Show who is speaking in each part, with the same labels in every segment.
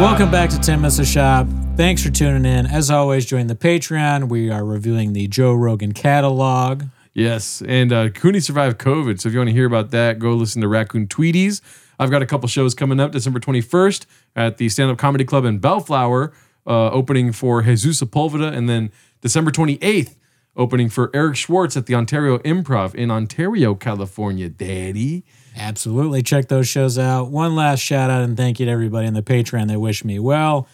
Speaker 1: Welcome back to 10 Minutes of Shop. Thanks for tuning in. As always, join the Patreon. We are reviewing the Joe Rogan catalog.
Speaker 2: Yes, and uh, Cooney survived COVID. So if you want to hear about that, go listen to Raccoon Tweeties. I've got a couple shows coming up December 21st at the Stand Up Comedy Club in Bellflower, uh, opening for Jesus Sepulveda, and then December 28th, opening for Eric Schwartz at the Ontario Improv in Ontario, California. Daddy.
Speaker 1: Absolutely. Check those shows out. One last shout out and thank you to everybody in the Patreon that wished me well.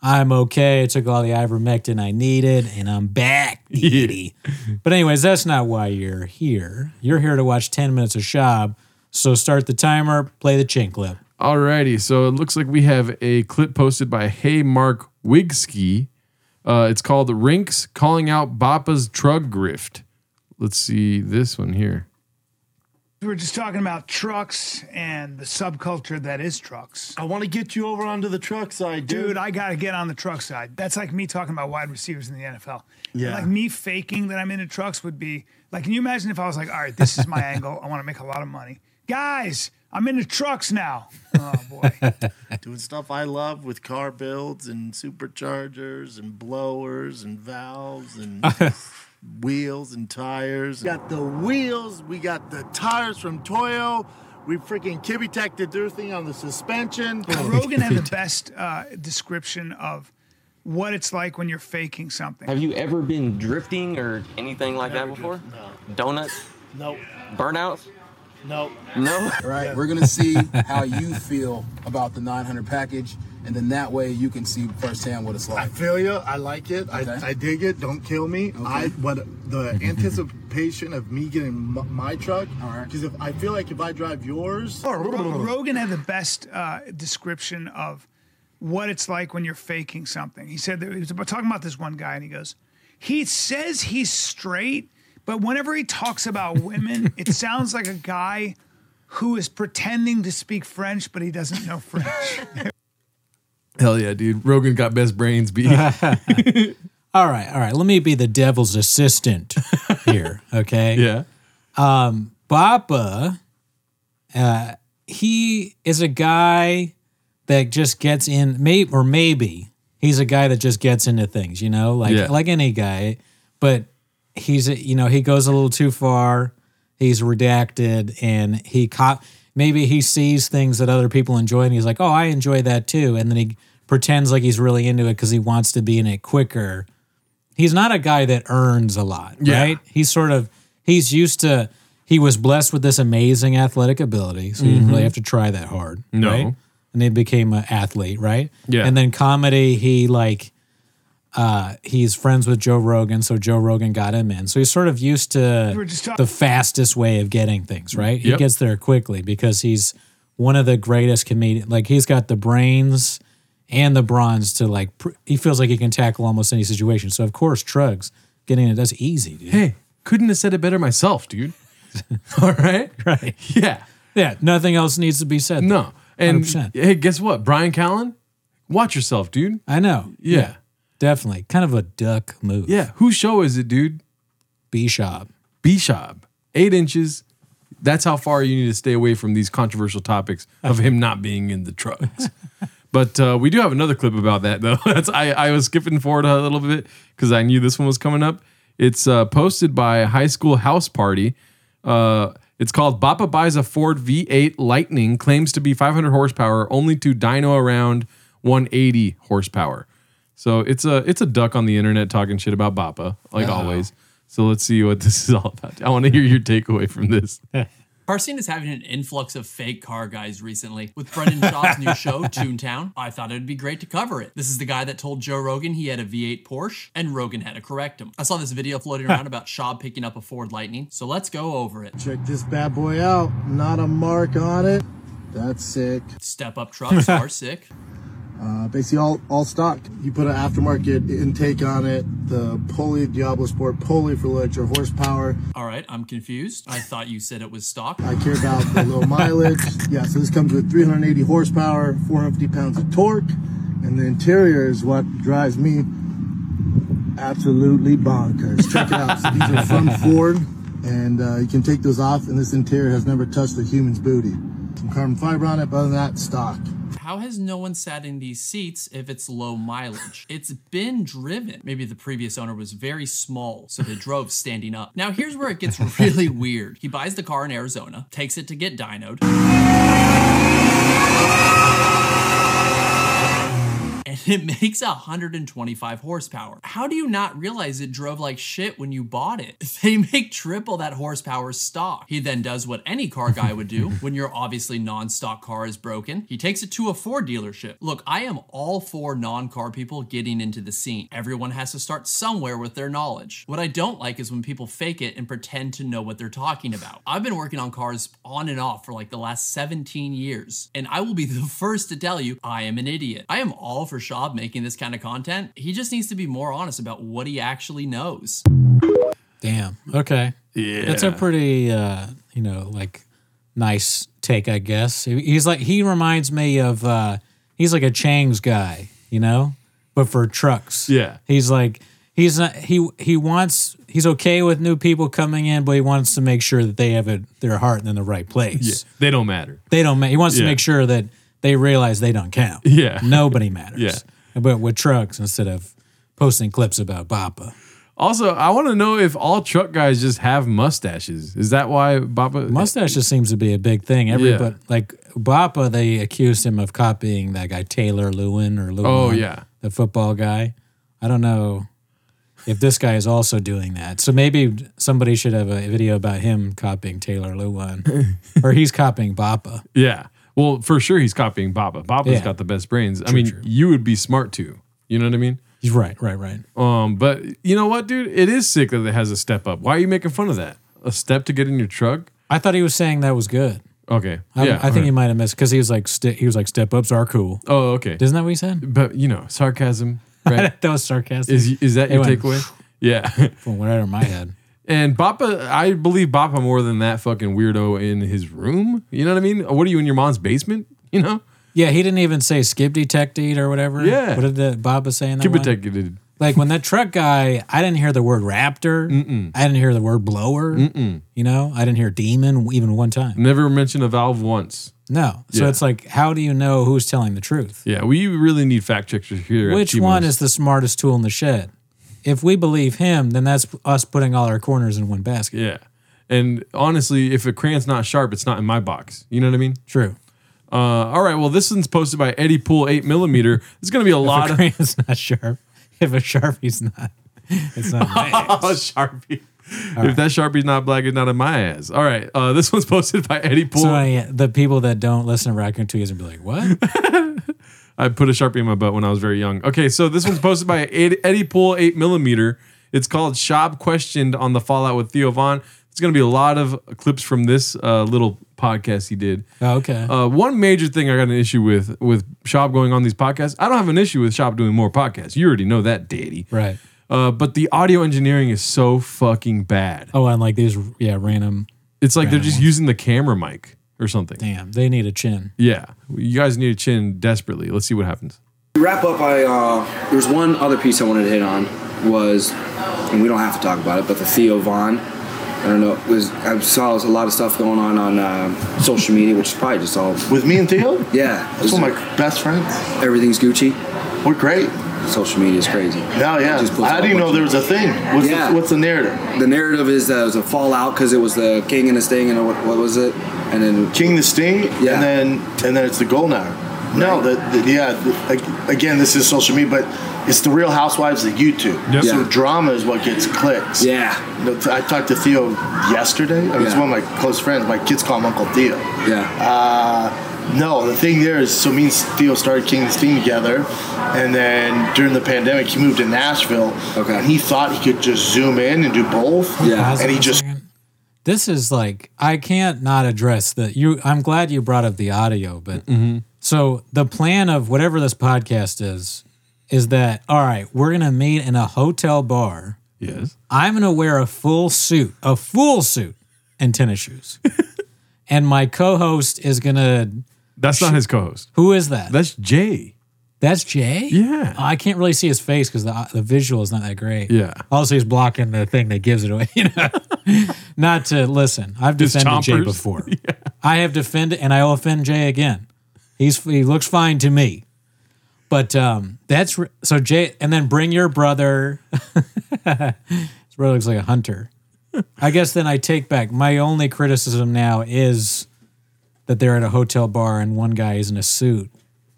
Speaker 1: I'm okay. I took all the ivermectin I needed and I'm back. Dee-dee. But, anyways, that's not why you're here. You're here to watch 10 minutes of Shab. So, start the timer, play the chin clip.
Speaker 2: Alrighty, so it looks like we have a clip posted by Hey Mark Wigski. Uh, it's called Rinks Calling Out Bappa's Drug Grift. Let's see this one here.
Speaker 3: We were just talking about trucks and the subculture that is trucks.
Speaker 4: I want to get you over onto the truck side, dude.
Speaker 3: Dude, I got to get on the truck side. That's like me talking about wide receivers in the NFL. And
Speaker 4: Yeah.
Speaker 3: Like me faking that I'm into trucks would be like, can you imagine if I was like, all right, this is my angle. I want to make a lot of money. Guys, I'm into trucks now. Oh, boy.
Speaker 4: Doing stuff I love with car builds and superchargers and blowers and valves and wheels and tires. We got the wheels. We got the tires from Toyo. We freaking Kibitech did their thing on the suspension.
Speaker 3: Rogan had the best uh, description of what it's like when you're faking something.
Speaker 5: Have you ever been drifting or anything like that before? Donuts?
Speaker 4: nope.
Speaker 5: Burnouts?
Speaker 4: Nope.
Speaker 5: No.
Speaker 6: right? We're gonna see how you feel about the 900 package, and then that way you can see firsthand what it's
Speaker 4: I
Speaker 6: like.
Speaker 4: feel you. I like it.
Speaker 6: Okay.
Speaker 4: I, I dig it. Don't kill me. I what the anticipation of me getting m- my truck.
Speaker 6: All right.
Speaker 4: Because if I feel like if I drive yours,
Speaker 3: Ro- Rogan had the best uh, description of what it's like when you're faking something. He said that he was about talking about this one guy, and he goes, he says he's straight, but whenever he talks about women, it sounds like a guy who is pretending to speak French, but he doesn't know French.
Speaker 2: Hell yeah, dude. Rogan got best brains beat.
Speaker 1: All right, all right. Let me be the devil's assistant here, okay? Um,
Speaker 2: yeah.
Speaker 1: Bappa, uh, he is a guy that just gets in, may, or maybe he's a guy that just gets into things, you know, like
Speaker 2: Yeah.
Speaker 1: like any guy. But he's, a- you know, he goes a little too far. He's redacted, and he caught. Maybe he sees things that other people enjoy, and he's like, "Oh, I enjoy that too." And then he pretends like he's really into it because he wants to be in it quicker he's not a guy that earns a lot,
Speaker 2: Yeah.
Speaker 1: right? He's sort of he's used to he was blessed with this amazing athletic ability, so he didn't really have to try that hard.
Speaker 2: Mm-hmm. No.
Speaker 1: Right? And he became an athlete, right?
Speaker 2: Yeah.
Speaker 1: And then comedy, he like uh he's friends with Joe Rogan, so Joe Rogan got him in. So he's sort of used to
Speaker 3: were just talk-
Speaker 1: the fastest way of getting things, right? He
Speaker 2: Yep.
Speaker 1: gets there quickly because he's one of the greatest comedians. Like he's got the brains and the bronze to like pr- he feels like he can tackle almost any situation. So of course, Trugs getting it that's easy, dude.
Speaker 2: Hey, couldn't have said it better myself, dude. All right.
Speaker 1: Right.
Speaker 2: Yeah.
Speaker 1: Yeah, nothing else needs to be said. there.
Speaker 2: No. And
Speaker 1: 100%.
Speaker 2: hey, guess what? Brian Callen, watch yourself, dude.
Speaker 1: I know.
Speaker 2: Yeah. Yeah.
Speaker 1: Definitely. Kind of a duck move.
Speaker 2: Whose show is it, dude?
Speaker 1: B shop.
Speaker 2: Bishop. Eight inches. That's how far you need to stay away from these controversial topics of him not being in the trucks. But uh, we do have another clip about that though. That's I, I was skipping forward a little bit because I knew this one was coming up. It's uh, posted by High School House Party. Uh, it's called Bappa buys a Ford V8 Lightning, claims to be 500 horsepower, only to dyno around 180 horsepower. So it's a it's a duck on the internet talking shit about Bappa, like
Speaker 1: Oh.
Speaker 2: always. So let's see what this is all about. I want to hear your takeaway from this.
Speaker 7: Carson is having an influx of fake car guys recently. With Brendan Schaub's new show, Toontown, I thought it'd be great to cover it. This is the guy that told Joe Rogan he had a V8 Porsche, and Rogan had to correct him. I saw this video floating around about Schaub picking up a Ford Lightning, so let's go over it.
Speaker 4: check this bad boy out. Not a mark on it. That's sick.
Speaker 7: Step up trucks are sick.
Speaker 4: Uh, basically all, all stock. You put an aftermarket intake on it, the pulley, Diablo Sport pulley for literature horsepower.
Speaker 7: All right, I'm confused. I thought you said it was stock.
Speaker 4: I care about the low mileage. Yeah, so this comes with 380 horsepower, 450 pounds of torque, and the interior is what drives me absolutely bonkers. Check it out. So these are from Ford, and uh, you can take those off, and this interior has never touched a human's booty. Some carbon fiber on it, but other than that, stock.
Speaker 7: How How has no one sat in these seats if it's low mileage? It's been driven. Maybe the previous owner was very small, so they drove standing up. Now, here's where it gets really weird. He buys the car in Arizona, takes it to get dynoed. and it makes 125 horsepower. How do you not realize it drove like shit when you bought it? They make triple that horsepower stock. He then does what any car guy would do when your obviously non stock car is broken. He takes it to a Ford dealership. Look, I am all for non car people getting into the scene. Everyone has to start somewhere with their knowledge. What I don't like is when people fake it and pretend to know what they're talking about. I've been working on cars on and off for like the last 17 years, and I will be the first to tell you I am an idiot. I am all for Shab making this kind of content. He just needs to be more honest about what he actually knows.
Speaker 1: Damn. Okay.
Speaker 2: Yeah.
Speaker 1: That's a pretty, uh, you know, like nice take, I guess. He- He's like, he reminds me of, uh, he's like a Chang's guy, you know, but for trucks.
Speaker 2: Yeah.
Speaker 1: He's like, he's not, he, he wants, he's okay with new people coming in, but he wants to make sure that they have it, their heart in the right place.
Speaker 2: Yeah. They don't matter.
Speaker 1: They don't, ma- he wants
Speaker 2: Yeah.
Speaker 1: to make sure that they realize they don't count.
Speaker 2: Yeah.
Speaker 1: Nobody matters.
Speaker 2: Yeah.
Speaker 1: But with trucks instead of posting clips about Bappa.
Speaker 2: Also, I want to know if all truck guys just have mustaches. Is that why Baba
Speaker 1: Mustache just seems to be a big thing. Everybody
Speaker 2: Yeah.
Speaker 1: like Bappa, they accused him of copying that guy Taylor Lewin or Lewin.
Speaker 2: Oh, yeah.
Speaker 1: the football guy. I don't know if this guy is also doing that. So maybe somebody should have a video about him copying Taylor Lewin, or he's copying Bappa.
Speaker 2: Yeah. Well, for sure he's copying Baba. Baba's
Speaker 1: Yeah.
Speaker 2: got the best brains. I mean, you would be smart too. You know what I mean?
Speaker 1: He's right, right, right.
Speaker 2: Um, but you know what, dude? It is sick that it has a step up. Why are you making fun of that? A step to get in your truck?
Speaker 1: I thought he was saying that was good.
Speaker 2: Okay.
Speaker 1: I,
Speaker 2: yeah.
Speaker 1: I think he
Speaker 2: alright.
Speaker 1: might have missed because he was like sti he was like step ups are cool.
Speaker 2: Oh, okay.
Speaker 1: Isn't that what he said?
Speaker 2: But you know, sarcasm, right?
Speaker 1: That was sarcastic.
Speaker 2: is is that
Speaker 1: It
Speaker 2: your
Speaker 1: went
Speaker 2: takeaway? Yeah.
Speaker 1: from what I had in my head.
Speaker 2: And Bappa, I believe Bappa more than that fucking weirdo in his room. You know what I mean? What are you in your mom's basement? You know?
Speaker 1: Yeah, he didn't even say skip detected or whatever.
Speaker 2: Yeah.
Speaker 1: What did the Bob was saying? That
Speaker 2: Keep it
Speaker 1: one?
Speaker 2: taken.
Speaker 1: Like when that truck guy, I didn't hear the word raptor. Mm-mm. I didn't hear the word blower. Mm-mm. You know, I didn't hear demon even one time.
Speaker 2: Never mentioned a valve once.
Speaker 1: No. So
Speaker 2: Yeah.
Speaker 1: it's like, how do you know who's telling the truth?
Speaker 2: Yeah, we really need fact checkers here. at
Speaker 1: Which
Speaker 2: T-Mos.
Speaker 1: one is the smartest tool in the shed? If we believe him, then that's us putting all our corners in one basket.
Speaker 2: Yeah. And honestly, if a crane's not sharp, it's not in my box. You know what I mean?
Speaker 1: True.
Speaker 2: Uh, all right. Well, this one's posted by Eddie Pool 8 millimeter. There's going to be a lot
Speaker 1: If a
Speaker 2: of
Speaker 1: crane's not sharp, if a sharpie's not, it's not. nice.
Speaker 2: Oh, Sharpie. If that Sharpie's not black, it's not in my ass. All right. Uh, this one's posted by Eddie Pool.
Speaker 1: So uh, I, the people that don't listen to Raccoon 2 and be like, what?
Speaker 2: I put a sharpie in my butt when I was very young. Okay, so this one's posted by Ed- Eddie Pool eight millimeter. It's called Shab questioned on the Fallout with Theo Vaughn. It's going to be a lot of clips from this uh, little podcast he did.
Speaker 1: Oh, okay.
Speaker 2: Uh, one major thing I got an issue with with Shab going on these podcasts. I don't have an issue with Shab doing more podcasts. You already know that, Daddy.
Speaker 1: Right.
Speaker 2: Uh, but the audio engineering is so fucking bad.
Speaker 1: Oh, and like these, yeah, random.
Speaker 2: It's like they're just using the camera mic or something.
Speaker 1: Damn, they need a chin.
Speaker 2: Yeah, you guys need a chin desperately. Let's see what happens.
Speaker 5: wrap up i uh there's one other piece i wanted to hit on was and we don't have to talk about it but the theo vaughn i don't know was i saw a lot of stuff going on on uh, social media which is probably just all
Speaker 8: With me and Theo?
Speaker 5: yeah
Speaker 8: That's one of my best friends.
Speaker 5: everything's gucci
Speaker 8: We're great.
Speaker 5: social media is crazy
Speaker 8: Hell yeah.
Speaker 5: Just puts
Speaker 8: I
Speaker 5: out
Speaker 8: didn't
Speaker 5: a
Speaker 8: know
Speaker 5: bunch
Speaker 8: there was a thing. What's,
Speaker 5: Yeah.
Speaker 8: the, what's the narrative?
Speaker 5: of- the narrative is that it was a fallout because it was the king and the sting and what, what was it and then
Speaker 8: King the Sting,
Speaker 5: Yeah.
Speaker 8: and then and then it's the Golnar. No, the, the yeah. The, ag- again, this is social media, but it's the Real Housewives of YouTube.
Speaker 2: Yep.
Speaker 8: So
Speaker 5: Yeah.
Speaker 8: drama is what gets clicks.
Speaker 5: yeah
Speaker 8: You know, I talked to Theo yesterday. I mean, It's
Speaker 5: Yeah.
Speaker 8: one of my close friends. My kids call him Uncle Theo.
Speaker 5: yeah
Speaker 8: Uh, no, the thing there is, so me and Theo started King and Sting together, and then during the pandemic, he moved to Nashville.
Speaker 5: Okay.
Speaker 8: And he thought he could just zoom in and do both.
Speaker 5: Yeah.
Speaker 1: Pause
Speaker 8: And he
Speaker 1: for a
Speaker 8: just
Speaker 1: second. This is like I can't not address the you. I'm glad you brought up the audio, but so the plan of whatever this podcast is is that all right? We're gonna meet in a hotel bar.
Speaker 2: Yes.
Speaker 1: I'm gonna wear a full suit, a full suit, and tennis shoes. and my co-host is gonna.
Speaker 2: That's not his co-host.
Speaker 1: Who is that?
Speaker 2: That's Jay.
Speaker 1: That's Jay.
Speaker 2: Yeah.
Speaker 1: Oh, I can't really see his face because the the visual is not that great.
Speaker 2: Yeah.
Speaker 1: Also, he's blocking the thing that gives it away. You know, not to listen. I've
Speaker 2: His
Speaker 1: defended Jay
Speaker 2: chompers.
Speaker 1: before. I have defended, and I will offend Jay again. He's he looks fine to me. But um, that's re- so Jay, and then bring your brother. His brother looks like a hunter. I guess then I take back my only criticism now is that they're at a hotel bar and one guy is in a suit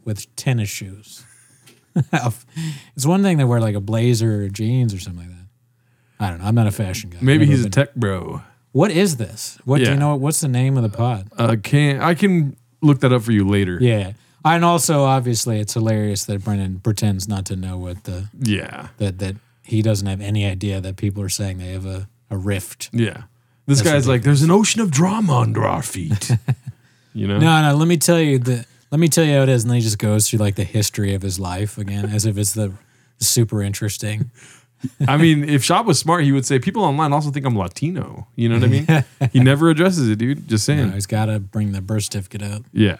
Speaker 1: with tennis shoes. it's one thing to wear like a blazer or jeans or something like that. I don't know. I'm not a fashion guy.
Speaker 2: Maybe
Speaker 1: Never
Speaker 2: he's a
Speaker 1: been-
Speaker 2: tech bro.
Speaker 1: What is this? What do
Speaker 2: Yeah.
Speaker 1: you know? What's the name of the pod?
Speaker 2: Uh, can I can look that up for you later.
Speaker 1: Yeah. And also, obviously, it's hilarious that Brennan pretends not to know what the
Speaker 2: Yeah.
Speaker 1: that that he doesn't have any idea that people are saying they have a, a rift.
Speaker 2: Yeah. This guy's like, there's an ocean of drama under our feet. you know?
Speaker 1: No, no. Let me tell you the. Let me tell you how it is, and then he just goes through like the history of his life again, as if it's the super interesting.
Speaker 2: I mean, if Shab was smart, he would say people online also think I'm Latino. You know what I mean? he never addresses it, dude. Just saying.
Speaker 1: You know, he's got to bring the birth certificate up.
Speaker 2: Yeah.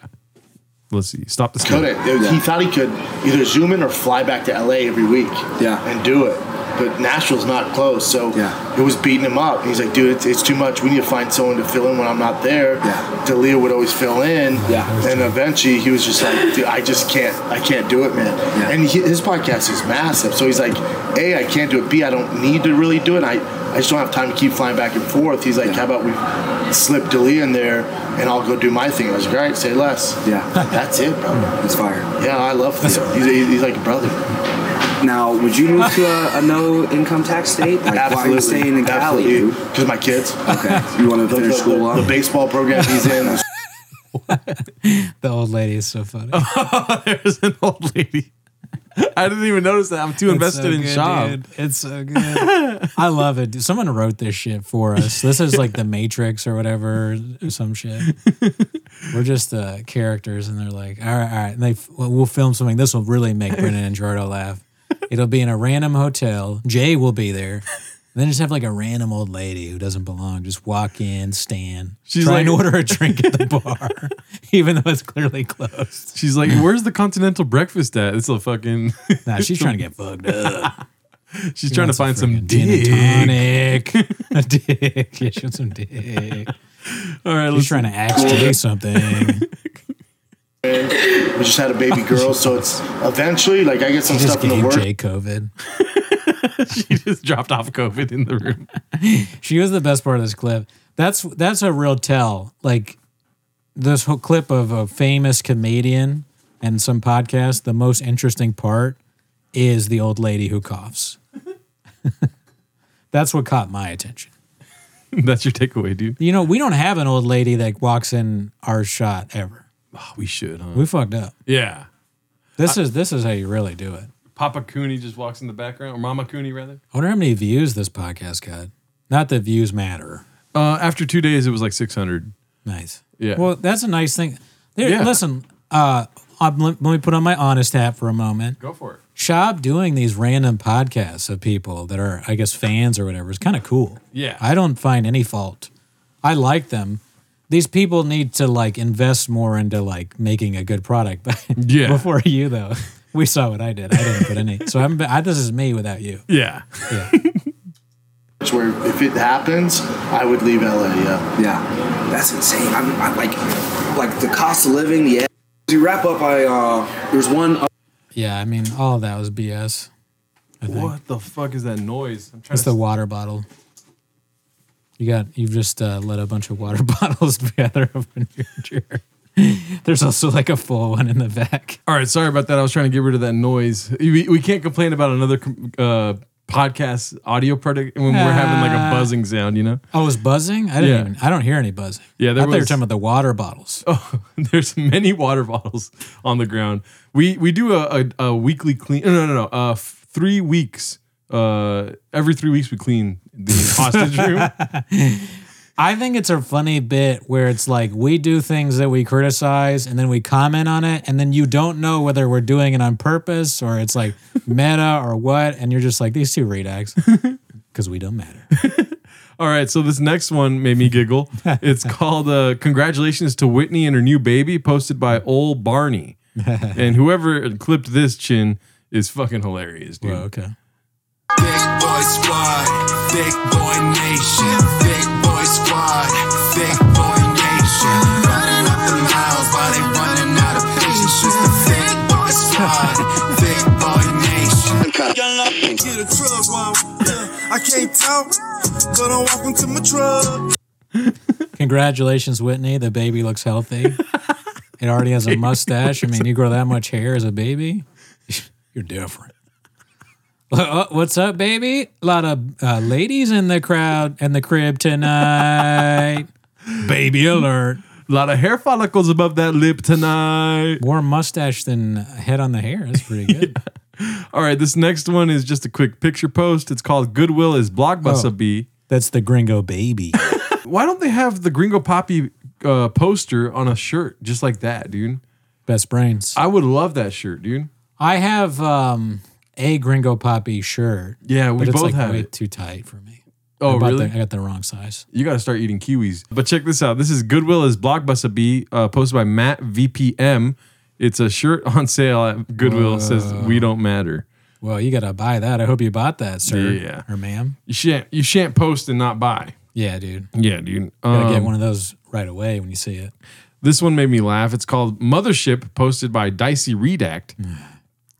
Speaker 2: Let's see. Stop the
Speaker 4: Could
Speaker 2: steal.
Speaker 4: it? Dude, He thought he could either zoom in or fly back to LA every week.
Speaker 5: Yeah.
Speaker 4: And do it. But Nashville's not close, so
Speaker 5: Yeah.
Speaker 4: it was beating him up. And he's like, dude, it's, it's too much. We need to find someone to fill in when I'm not there.
Speaker 5: Yeah.
Speaker 4: Dalia would always fill in.
Speaker 5: Yeah.
Speaker 4: And eventually he was just like, dude, I just can't, I can't do it, man.
Speaker 5: Yeah.
Speaker 4: And he, his podcast is massive, so he's like, A, I can't do it. B, I don't need to really do it. I, I just don't have time to keep flying back and forth. He's like, how about we slip Dalia in there and I'll go do my thing. I was like, all right, say less.
Speaker 5: Yeah.
Speaker 4: That's it, bro.
Speaker 5: It's fire.
Speaker 4: Yeah, I love Theo. He's, he's, he's like a brother.
Speaker 5: Now, would you move to a, a no income tax state? Like, why are you staying in Cali, dude?
Speaker 4: Because my kids.
Speaker 5: Okay. You want to
Speaker 4: The, the,
Speaker 5: finish school
Speaker 4: the, the
Speaker 5: up?
Speaker 4: baseball program he's in. the
Speaker 1: The old lady is so funny.
Speaker 2: There's an old lady. I didn't even notice that. I'm too invested in Shab.
Speaker 1: dude. It's so good. I love it. dude. Someone wrote this shit for us. This is like the Matrix or whatever, or some shit. We're just uh, characters, and they're like, all right, all right. And they, f- well, we'll film something. This will really make Brennan and Gerardo laugh. It'll be in a random hotel. Jay will be there. And then just have like a random old lady who doesn't belong just walk in, stand,
Speaker 2: She's
Speaker 1: try and
Speaker 2: like-
Speaker 1: order a drink at the bar, even though it's clearly closed.
Speaker 2: She's like, where's the continental breakfast at? It's a fucking.
Speaker 1: Nah, she's trying to get fucked up.
Speaker 2: She's trying to
Speaker 1: wants a
Speaker 2: find some
Speaker 1: friggin' gin and
Speaker 2: dick.
Speaker 1: tonic. a dick. Yeah, she wants some dick.
Speaker 2: All right,
Speaker 1: She's
Speaker 2: let's
Speaker 1: trying to ask Jay something.
Speaker 4: we just had a baby girl, so it's eventually like I get some
Speaker 1: Just
Speaker 4: stuff in the
Speaker 1: gave
Speaker 4: work.
Speaker 1: Jay COVID.
Speaker 2: she just dropped off COVID in the room.
Speaker 1: She was the best part of this clip. That's that's a real tell. Like this whole clip of a famous comedian and some podcast. The most interesting part is the old lady who coughs. that's what caught my attention.
Speaker 2: That's your takeaway, dude.
Speaker 1: You know, we don't have an old lady that walks in our shot ever.
Speaker 2: Oh, we should, huh?
Speaker 1: We fucked up.
Speaker 2: Yeah.
Speaker 1: This is this is how you really do it.
Speaker 2: Papa Cooney just walks in the background, or Mama Cooney rather.
Speaker 1: I wonder how many views this podcast got. Not that views matter.
Speaker 2: Uh, after two days, it was like 600.
Speaker 1: Nice.
Speaker 2: Yeah.
Speaker 1: Well, that's a nice thing. There,
Speaker 2: Yeah.
Speaker 1: Listen, uh, I'm, let me put on my honest hat for a moment.
Speaker 2: Go for it.
Speaker 1: Shab doing these random podcasts of people that are, I guess, fans or whatever is kind of cool.
Speaker 2: Yeah.
Speaker 1: I don't find any fault. I like them. These people need to like invest more into like making a good product. But
Speaker 2: Yeah.
Speaker 1: before you though, we saw what I did. I didn't put any. So I'm. I, this is me without you.
Speaker 2: Yeah.
Speaker 4: Where if it happens, I would leave LA. Yeah.
Speaker 5: Yeah, that's insane. I'm, I'm like, like the cost of living. The to wrap up, I uh, there's one.
Speaker 1: Yeah. I mean, all of that was BS.
Speaker 2: What the fuck is that noise? I'm trying
Speaker 1: It's
Speaker 2: to.
Speaker 1: the water bottle. You got you've just uh, let a bunch of water bottles gather up in your chair. There's also like a full one in the back.
Speaker 2: All right, sorry about that. I was trying to get rid of that noise. We, we can't complain about another com- uh, podcast audio product when we're having like a buzzing sound, you know?
Speaker 1: Uh, Oh, it was buzzing? I didn't
Speaker 2: Yeah.
Speaker 1: even. I don't hear any buzzing.
Speaker 2: Yeah, there
Speaker 1: I thought you were
Speaker 2: was-
Speaker 1: talking about the water bottles.
Speaker 2: Oh, there's many water bottles on the ground. We we do a, a, a weekly clean. No, no, no. no, Uh, f- three weeks. Uh, every three weeks we clean the hostage room.
Speaker 1: I think it's a funny bit where it's like we do things that we criticize and then we comment on it, and then you don't know whether we're doing it on purpose or it's like meta or what, and you're just like these two redacts because we don't matter.
Speaker 2: All right, so this next one made me giggle. It's called uh, "Congratulations to Whitney and her new baby," posted by Old Barney, and whoever clipped this chin is fucking hilarious, dude.
Speaker 1: okay.
Speaker 9: Big boy squad, big boy nation, big boy squad, big boy nation. Running up the miles while they running out of patience.
Speaker 3: Young up to the club while I'm- yeah, I can't talk, but I'm walking to my truck.
Speaker 1: Congratulations, Whitney. The baby looks healthy. It already has a mustache. I mean, you grow that much hair as a baby, you're different. Uh, What's up, baby? A lot of uh, ladies in the crowd and the crib tonight. baby alert.
Speaker 2: A lot of hair follicles above that lip tonight.
Speaker 1: More mustache than head on the hair. That's pretty good.
Speaker 2: All right, this next one is just a quick picture post. It's called Goodwill is Blockbuster
Speaker 1: Oh.
Speaker 2: B.
Speaker 1: That's the gringo baby.
Speaker 2: Why don't they have the Gringo Poppy uh, poster on a shirt just like that, dude?
Speaker 1: Best brains.
Speaker 2: I would love that shirt, dude.
Speaker 1: I have um, a gringo poppy shirt.
Speaker 2: Yeah, we
Speaker 1: but it's
Speaker 2: both
Speaker 1: like
Speaker 2: have
Speaker 1: way
Speaker 2: it.
Speaker 1: too tight for me.
Speaker 2: Oh,
Speaker 1: I bought
Speaker 2: really?
Speaker 1: the- I got the wrong size.
Speaker 2: You got to start eating kiwis. But check this out. This is Goodwill is Blockbuster B, uh, posted by Matt VPM. It's a shirt on sale at Goodwill. It says we don't matter.
Speaker 1: Well, you got to buy that. I hope you bought that, sir
Speaker 2: Yeah.
Speaker 1: or ma'am.
Speaker 2: You shan't you shan't post and not buy.
Speaker 1: Yeah, dude.
Speaker 2: Yeah, dude.
Speaker 1: You gotta
Speaker 2: Um,
Speaker 1: get one of those right away when you see it.
Speaker 2: This one made me laugh. It's called Mothership, posted by Dicey Redact.
Speaker 1: Hmm.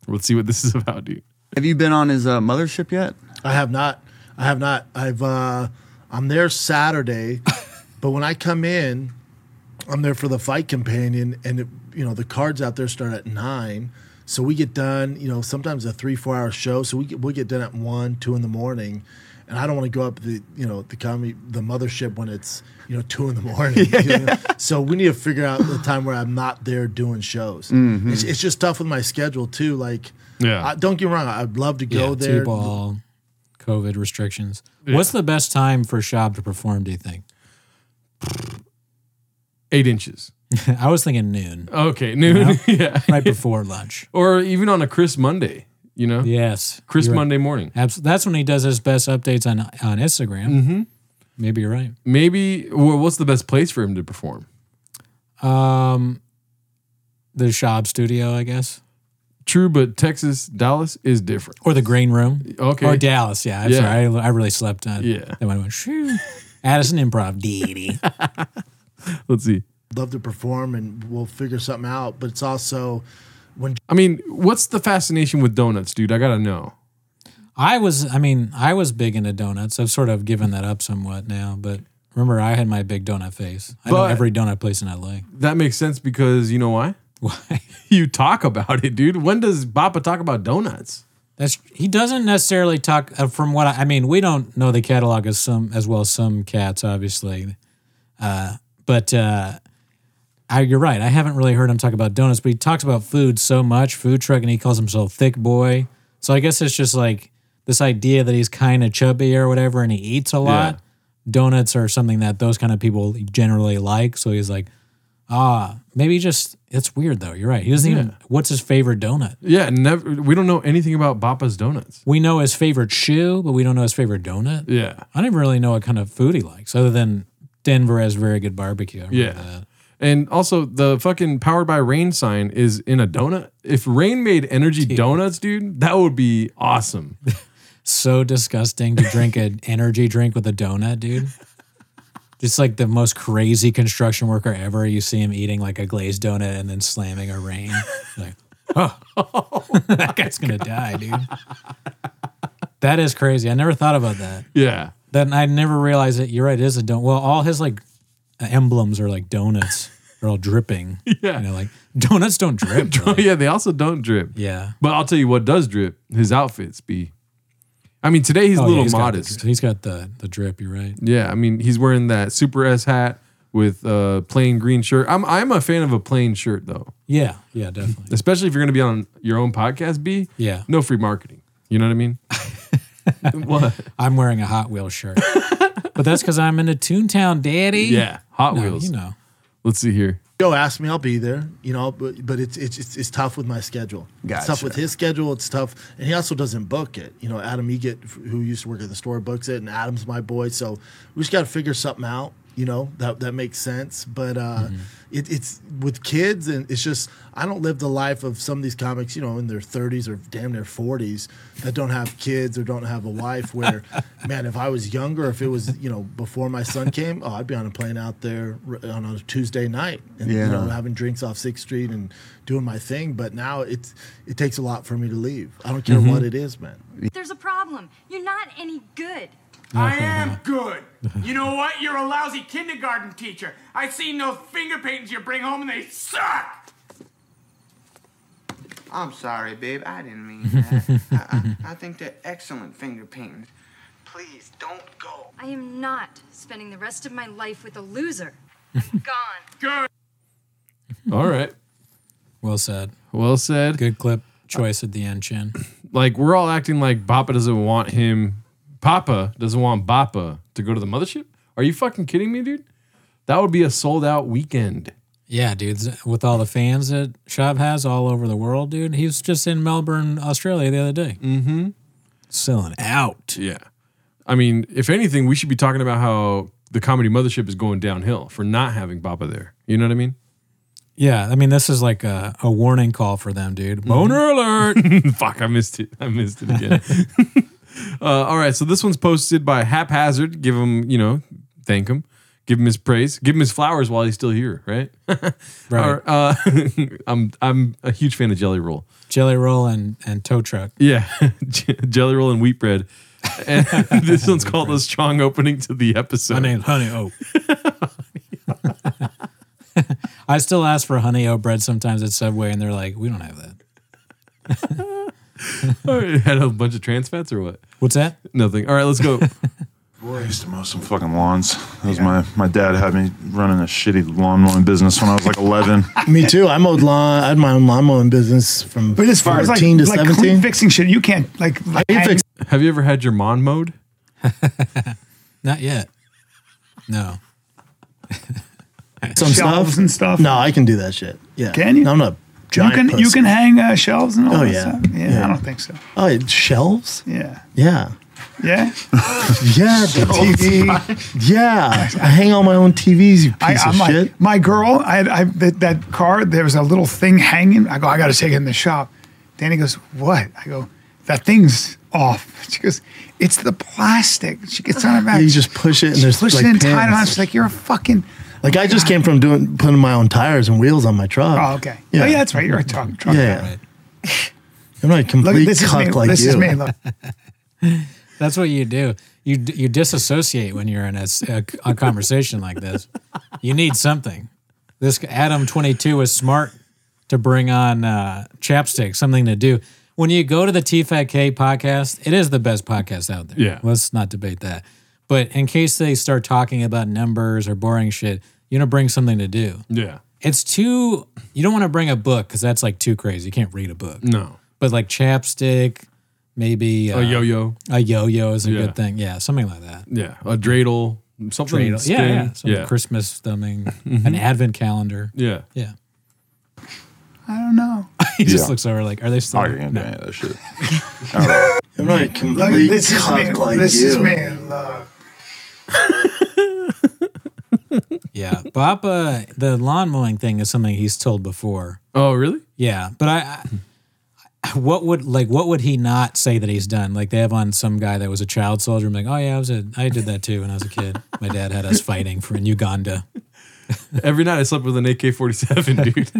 Speaker 2: Let's see what this is about, dude.
Speaker 10: Have you been on his uh, mothership yet?
Speaker 4: I have not. I have not. I've uh I'm there Saturday, but when I come in, I'm there for the fight companion and it, you know, the cards out there start at 9. So we get done, you know, sometimes a 3-4 hour show, so we get, we'll get done at 1, 2 in the morning. And I don't want to go up the, you know, the comedy, the mothership when it's, you know, two in the morning. you know? So we need to figure out the time where I'm not there doing shows.
Speaker 10: Mhm.
Speaker 1: Mm-hmm.
Speaker 4: It's, it's just tough with my schedule too. Like,
Speaker 2: Yeah.
Speaker 4: I, don't get me wrong, I'd love to go
Speaker 1: yeah,
Speaker 4: there.
Speaker 1: T-ball, COVID restrictions.
Speaker 2: Yeah.
Speaker 1: What's the best time for Shab to perform? Do you think?
Speaker 2: Eight inches.
Speaker 1: I was thinking noon,
Speaker 2: Okay, noon.
Speaker 1: know?
Speaker 2: yeah.
Speaker 1: right before lunch.
Speaker 2: Or even on a Chris Monday, you know?
Speaker 1: Yes,
Speaker 2: Chris
Speaker 1: you're right.
Speaker 2: Monday morning.
Speaker 1: Abs- that's when he does his best updates on on Instagram.
Speaker 2: Mm-hmm.
Speaker 1: Maybe you're right.
Speaker 2: Maybe, well, what's the best place for him to perform? Mm-hmm.
Speaker 1: Um, the Shab Studio, I guess,
Speaker 2: True, but Texas, Dallas is different.
Speaker 1: or the Green Room,
Speaker 2: Okay.
Speaker 1: or Dallas. Yeah, I'm
Speaker 2: Yeah.
Speaker 1: sorry, I, I really slept on.
Speaker 2: Yeah.
Speaker 1: that one went. Shoo. Addison Improv, Dee
Speaker 2: Let's see.
Speaker 4: love to perform and we'll figure something out. But it's also when
Speaker 2: I mean, what's the fascination with donuts, dude? I gotta know.
Speaker 1: I was, I mean, I was big into donuts. I've sort of given that up somewhat now, but remember, I had my big donut face. I know
Speaker 2: But-
Speaker 1: every donut place in LA.
Speaker 2: That makes sense because you know why?
Speaker 1: Why?
Speaker 2: You talk about it, dude. When does Bappa talk about donuts?
Speaker 1: That's he doesn't necessarily talk uh, from what I, I mean. We don't know the catalog as some as well as some cats, obviously, uh, but uh, I, you're right. I haven't really heard him talk about donuts, but he talks about food so much, food truck, and he calls himself thick boy. So I guess it's just like this idea that he's kind of chubby or whatever, and he eats a lot. Donuts are something that those kind of people generally like. So he's like, ah, maybe just it's weird though. You're right. He doesn't even. What's his favorite donut?
Speaker 2: Yeah, never. We don't know anything about Bappa's donuts.
Speaker 1: We know his favorite shoe, but we don't know his favorite donut.
Speaker 2: Yeah,
Speaker 1: I don't even really know what kind of food he likes, other than Denver has very good barbecue. I remember
Speaker 2: yeah.
Speaker 1: that.
Speaker 2: And also, the fucking powered by rain sign is in a donut. If rain made energy donuts, dude, that would be awesome.
Speaker 1: So disgusting to drink an energy drink with a donut, dude. Just like the most crazy construction worker ever. You see him eating like a glazed donut and then slamming a rain. Like, oh, that guy's gonna die, dude. That is crazy. I never thought about that.
Speaker 2: Yeah.
Speaker 1: Then I never realized that you're right. It is a donut. Well, all his like emblems are like donuts. They're all dripping.
Speaker 2: Yeah.
Speaker 1: You know, like donuts don't drip. really.
Speaker 2: yeah, they also don't drip.
Speaker 1: Yeah.
Speaker 2: But I'll tell you what does drip his outfits be. I mean, today he's
Speaker 1: Oh,
Speaker 2: a
Speaker 1: yeah,
Speaker 2: little
Speaker 1: got the-
Speaker 2: modest.
Speaker 1: he's got the the drip. You're right.
Speaker 2: Yeah, I mean, he's wearing that Super S hat with a plain green shirt. I'm I'm a fan of a plain shirt though,
Speaker 1: Yeah. Yeah. Definitely.
Speaker 2: especially if you're going to be on your own podcast. B,
Speaker 1: Yeah.
Speaker 2: no free marketing. You know what I mean? what?
Speaker 1: I'm wearing a Hot Wheels shirt, but that's because I'm into Toontown, Daddy.
Speaker 2: Yeah, Hot
Speaker 1: No,
Speaker 2: Wheels.
Speaker 1: You know.
Speaker 2: Let's see here.
Speaker 4: Joe asks me, I'll be there, you know, but, but it's, it's, it's, it's tough with my schedule. It's tough
Speaker 10: Gotcha.
Speaker 4: with his schedule. It's tough. And he also doesn't book it. You know, Adam Egett, who used to work at the store, books it, and Adam's my boy. So we just got to figure something out. You know that that makes sense, but uh, it, it's with kids, and it's just I don't live the life of some of these comics, you know, in their 30s or damn near 40s that don't have kids or don't have a wife. Where, man, if I was younger, if it was you know before my son came, oh, I'd be on a plane out there r- on a Tuesday night, and you
Speaker 11: Yeah.
Speaker 4: know having drinks off Sixth Street and doing my thing. But now it's it takes a lot for me to leave. I don't care
Speaker 11: Mhm.
Speaker 3: Mm-hmm.
Speaker 4: what it is, man.
Speaker 12: There's a problem. You're not any good.
Speaker 5: I am good. You know what? You're a lousy kindergarten teacher. I seen those finger paintings you bring home and they suck.
Speaker 13: I'm sorry, babe. I didn't mean that. I, I, I think they're excellent finger paintings. Please don't go.
Speaker 12: I am not spending the rest of my life with a loser. I'm gone. Good.
Speaker 2: All right.
Speaker 1: Well said.
Speaker 2: Well said.
Speaker 1: Good clip choice at the end, Chin.
Speaker 2: Like we're all acting like Papa doesn't want him. Papa doesn't want Papa to go to the mothership. Are you fucking kidding me, dude? That would be a sold out weekend.
Speaker 1: Yeah, dude. With all the fans that Shab has all over the world, dude. He was just in Melbourne, Australia the other day.
Speaker 2: Mm-hmm.
Speaker 1: Selling out.
Speaker 2: Yeah. I mean, if anything, we should be talking about how the comedy mothership is going downhill for not having Papa there. You know what I mean?
Speaker 1: Yeah, I mean, this is like a, a warning call for them, dude. Boner alert.
Speaker 2: Fuck, I missed it. I missed it again. uh, all right, so this one's posted by Haphazard. Give him, you know, thank him. Give him his praise. Give him his flowers while he's still here, right?
Speaker 1: Right.
Speaker 2: Or, uh, I'm I'm a huge fan of Jelly Roll.
Speaker 1: Jelly roll and, and tow truck.
Speaker 2: Yeah, J- Jelly Roll and wheat bread. And this one's called a strong opening to the episode.
Speaker 1: My name's Honey Oak. I still ask for honey oat bread sometimes at Subway, and they're like, "We don't have that."
Speaker 2: It had a bunch of trans fats or what?
Speaker 1: What's that?
Speaker 2: Nothing. All right, let's go.
Speaker 14: Boy, I used to mow some fucking lawns. That was my my dad had me running a shitty lawn mowing business when I was like eleven.
Speaker 4: Me too. I mowed lawn. I had my own lawn mowing business from
Speaker 3: But as far as like,
Speaker 4: 14 to
Speaker 3: like clean
Speaker 4: 17.
Speaker 3: fixing shit, you can't like. hang-
Speaker 2: Have you ever had your mon mode?
Speaker 1: Not yet. No.
Speaker 4: Some
Speaker 3: Shelves
Speaker 4: stuff
Speaker 3: and stuff.
Speaker 4: No, I can do that shit. Yeah,
Speaker 3: Can you?
Speaker 4: I'm a
Speaker 3: you
Speaker 4: giant.
Speaker 3: can you
Speaker 4: pussy.
Speaker 3: can hang uh, shelves and all
Speaker 4: Oh,
Speaker 3: that
Speaker 4: yeah.
Speaker 3: stuff. Yeah,
Speaker 4: Yeah.
Speaker 3: I don't think so.
Speaker 4: Oh, it- shelves.
Speaker 3: Yeah.
Speaker 4: Yeah.
Speaker 3: Yeah.
Speaker 4: Yeah, the TV. Yeah, I hang on my own TVs. You piece
Speaker 3: I,
Speaker 4: of
Speaker 3: I'm
Speaker 4: shit.
Speaker 3: like, my girl, I, I that, that car, there was a little thing hanging. I go, I got to take it in the shop. Danny goes, What? I go, That thing's off. She goes, It's the plastic. She gets on her back.
Speaker 4: You just push it and
Speaker 3: She
Speaker 4: there's
Speaker 3: pushed
Speaker 4: like
Speaker 3: it and tied it on.
Speaker 4: pins.
Speaker 3: She's like, You're a fucking.
Speaker 4: Like I just came from doing putting my own tires and wheels on my truck.
Speaker 3: Oh, okay. Yeah, yeah that's right. You're a truck, truck
Speaker 4: yeah.
Speaker 3: guy.
Speaker 4: I'm not a complete
Speaker 3: this is
Speaker 4: cuck
Speaker 3: me.
Speaker 4: like
Speaker 3: This
Speaker 4: you.
Speaker 3: is me. Look.
Speaker 1: That's what you do. You d- you disassociate when you're in a, s- a c- a conversation like this. You need something. This g- Adam twenty two is smart to bring on uh, chapstick, something to do. When you go to the TFAK podcast, it is the best podcast out there.
Speaker 2: Yeah.
Speaker 1: let's not debate that. But in case they start talking about numbers or boring shit, you want to bring something to do.
Speaker 2: Yeah.
Speaker 1: It's too. You don't want to bring a book because that's like too crazy. You can't read a book.
Speaker 2: No.
Speaker 1: But like chapstick, maybe uh,
Speaker 2: A yo-yo.
Speaker 1: A yo-yo is a
Speaker 2: Yeah.
Speaker 1: good thing. Yeah, something like that.
Speaker 2: Yeah, a dreidel, something.
Speaker 1: Dreidel.
Speaker 2: spin.
Speaker 1: Yeah, yeah. Some
Speaker 2: yeah.
Speaker 1: Christmas thumbing,
Speaker 2: Mhm.
Speaker 1: an advent calendar.
Speaker 2: Yeah.
Speaker 1: Yeah.
Speaker 3: I don't know.
Speaker 1: he just
Speaker 14: Yeah.
Speaker 1: looks over like, are they still?
Speaker 14: I can't do any of that shit.
Speaker 4: I'm not a
Speaker 3: Look,
Speaker 4: complete
Speaker 3: this is me.
Speaker 4: cuck like
Speaker 3: this
Speaker 4: you.
Speaker 3: is me. Look.
Speaker 1: Yeah. Papa, the lawn mowing thing is something he's told before.
Speaker 2: Oh, really?
Speaker 1: Yeah, but I, I what would like what would he not say that he's done? Like they have on some guy that was a child soldier. I'm like, oh yeah, I was a I did that too when I was a kid. My dad had us fighting for in Uganda.
Speaker 2: Every night I slept with an AK 47, dude.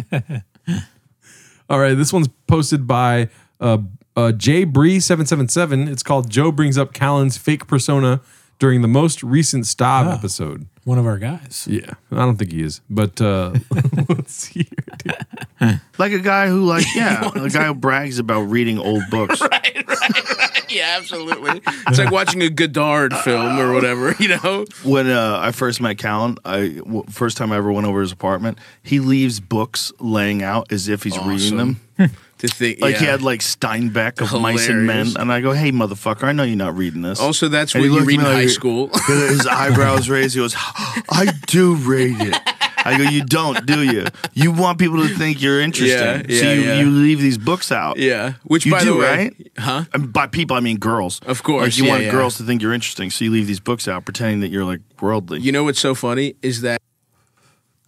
Speaker 2: All right, this one's posted by uh, uh, Jay Bree777. It's called Joe Brings Up Callan's Fake Persona during the most recent Stav
Speaker 1: Ah.
Speaker 2: episode.
Speaker 1: One of our guys.
Speaker 2: Yeah, I don't think he is, but uh, let's see here, dude.
Speaker 10: Like a guy who, like, yeah, a guy who brags about reading old books.
Speaker 15: yeah, absolutely. It's like watching a Godard film or whatever, you know?
Speaker 10: When uh, I first met Callan, I w- first time I ever went over his apartment, he leaves books laying out as if he's reading them.
Speaker 15: To think,
Speaker 10: Like he
Speaker 15: yeah.
Speaker 10: had like Steinbeck of Mice and Men,
Speaker 15: Hilarious.
Speaker 10: and I go, "Hey, motherfucker, I know you're not reading this."
Speaker 15: Also, that's
Speaker 10: And
Speaker 15: when
Speaker 10: he
Speaker 15: you
Speaker 10: looked at
Speaker 15: read
Speaker 10: me
Speaker 15: in high
Speaker 10: like-
Speaker 15: school.
Speaker 10: His eyebrows raised. He goes, "I do read it."
Speaker 14: I go, you don't, do you? You want people to think you're interesting,
Speaker 10: Yeah,
Speaker 14: so
Speaker 10: yeah,
Speaker 14: you,
Speaker 10: yeah.
Speaker 14: you leave these books out.
Speaker 10: Yeah, which
Speaker 14: you
Speaker 10: by
Speaker 14: do,
Speaker 10: the way,
Speaker 14: right?
Speaker 10: huh?
Speaker 14: I mean, by people, I mean girls.
Speaker 10: Of course,
Speaker 14: like you
Speaker 10: yeah,
Speaker 14: want
Speaker 10: yeah.
Speaker 14: girls to think you're interesting, so you leave these books out, pretending that you're like worldly.
Speaker 10: You know what's so funny is that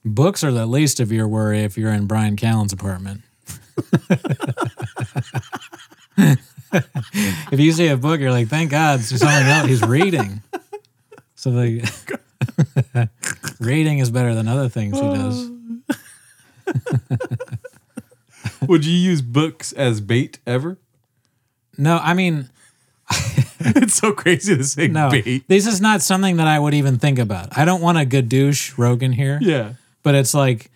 Speaker 1: Books are the least of your worry if you're in Brian Callen's apartment. if you see a book, you're like, thank God, it's something else he's reading. So the reading is better than other things he does.
Speaker 2: Would you use books as bait ever?
Speaker 1: No, I mean,
Speaker 2: it's so crazy to say
Speaker 1: no,
Speaker 2: bait.
Speaker 1: this is not something that I would even think about. I don't want a good douche Rogan here.
Speaker 2: Yeah.
Speaker 1: but it's like,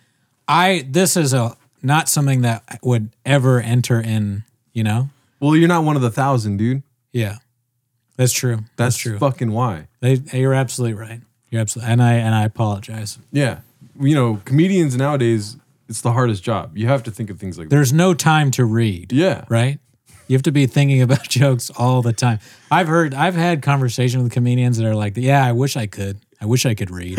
Speaker 1: I this is a not something that would ever enter in. You know?
Speaker 2: Well, you're not one of the thousand, dude.
Speaker 1: Yeah, that's true.
Speaker 2: That's, true. Fucking why?
Speaker 1: They, you're absolutely right. You're absolutely, and I and I apologize.
Speaker 2: Yeah, you know, comedians nowadays, it's the hardest job. You have to think of things like
Speaker 1: There's no time to read.
Speaker 2: Yeah.
Speaker 1: Right? You have to be thinking about jokes all the time. I've heard, I've had conversations with comedians that are like, yeah, I wish I could. I wish I could read.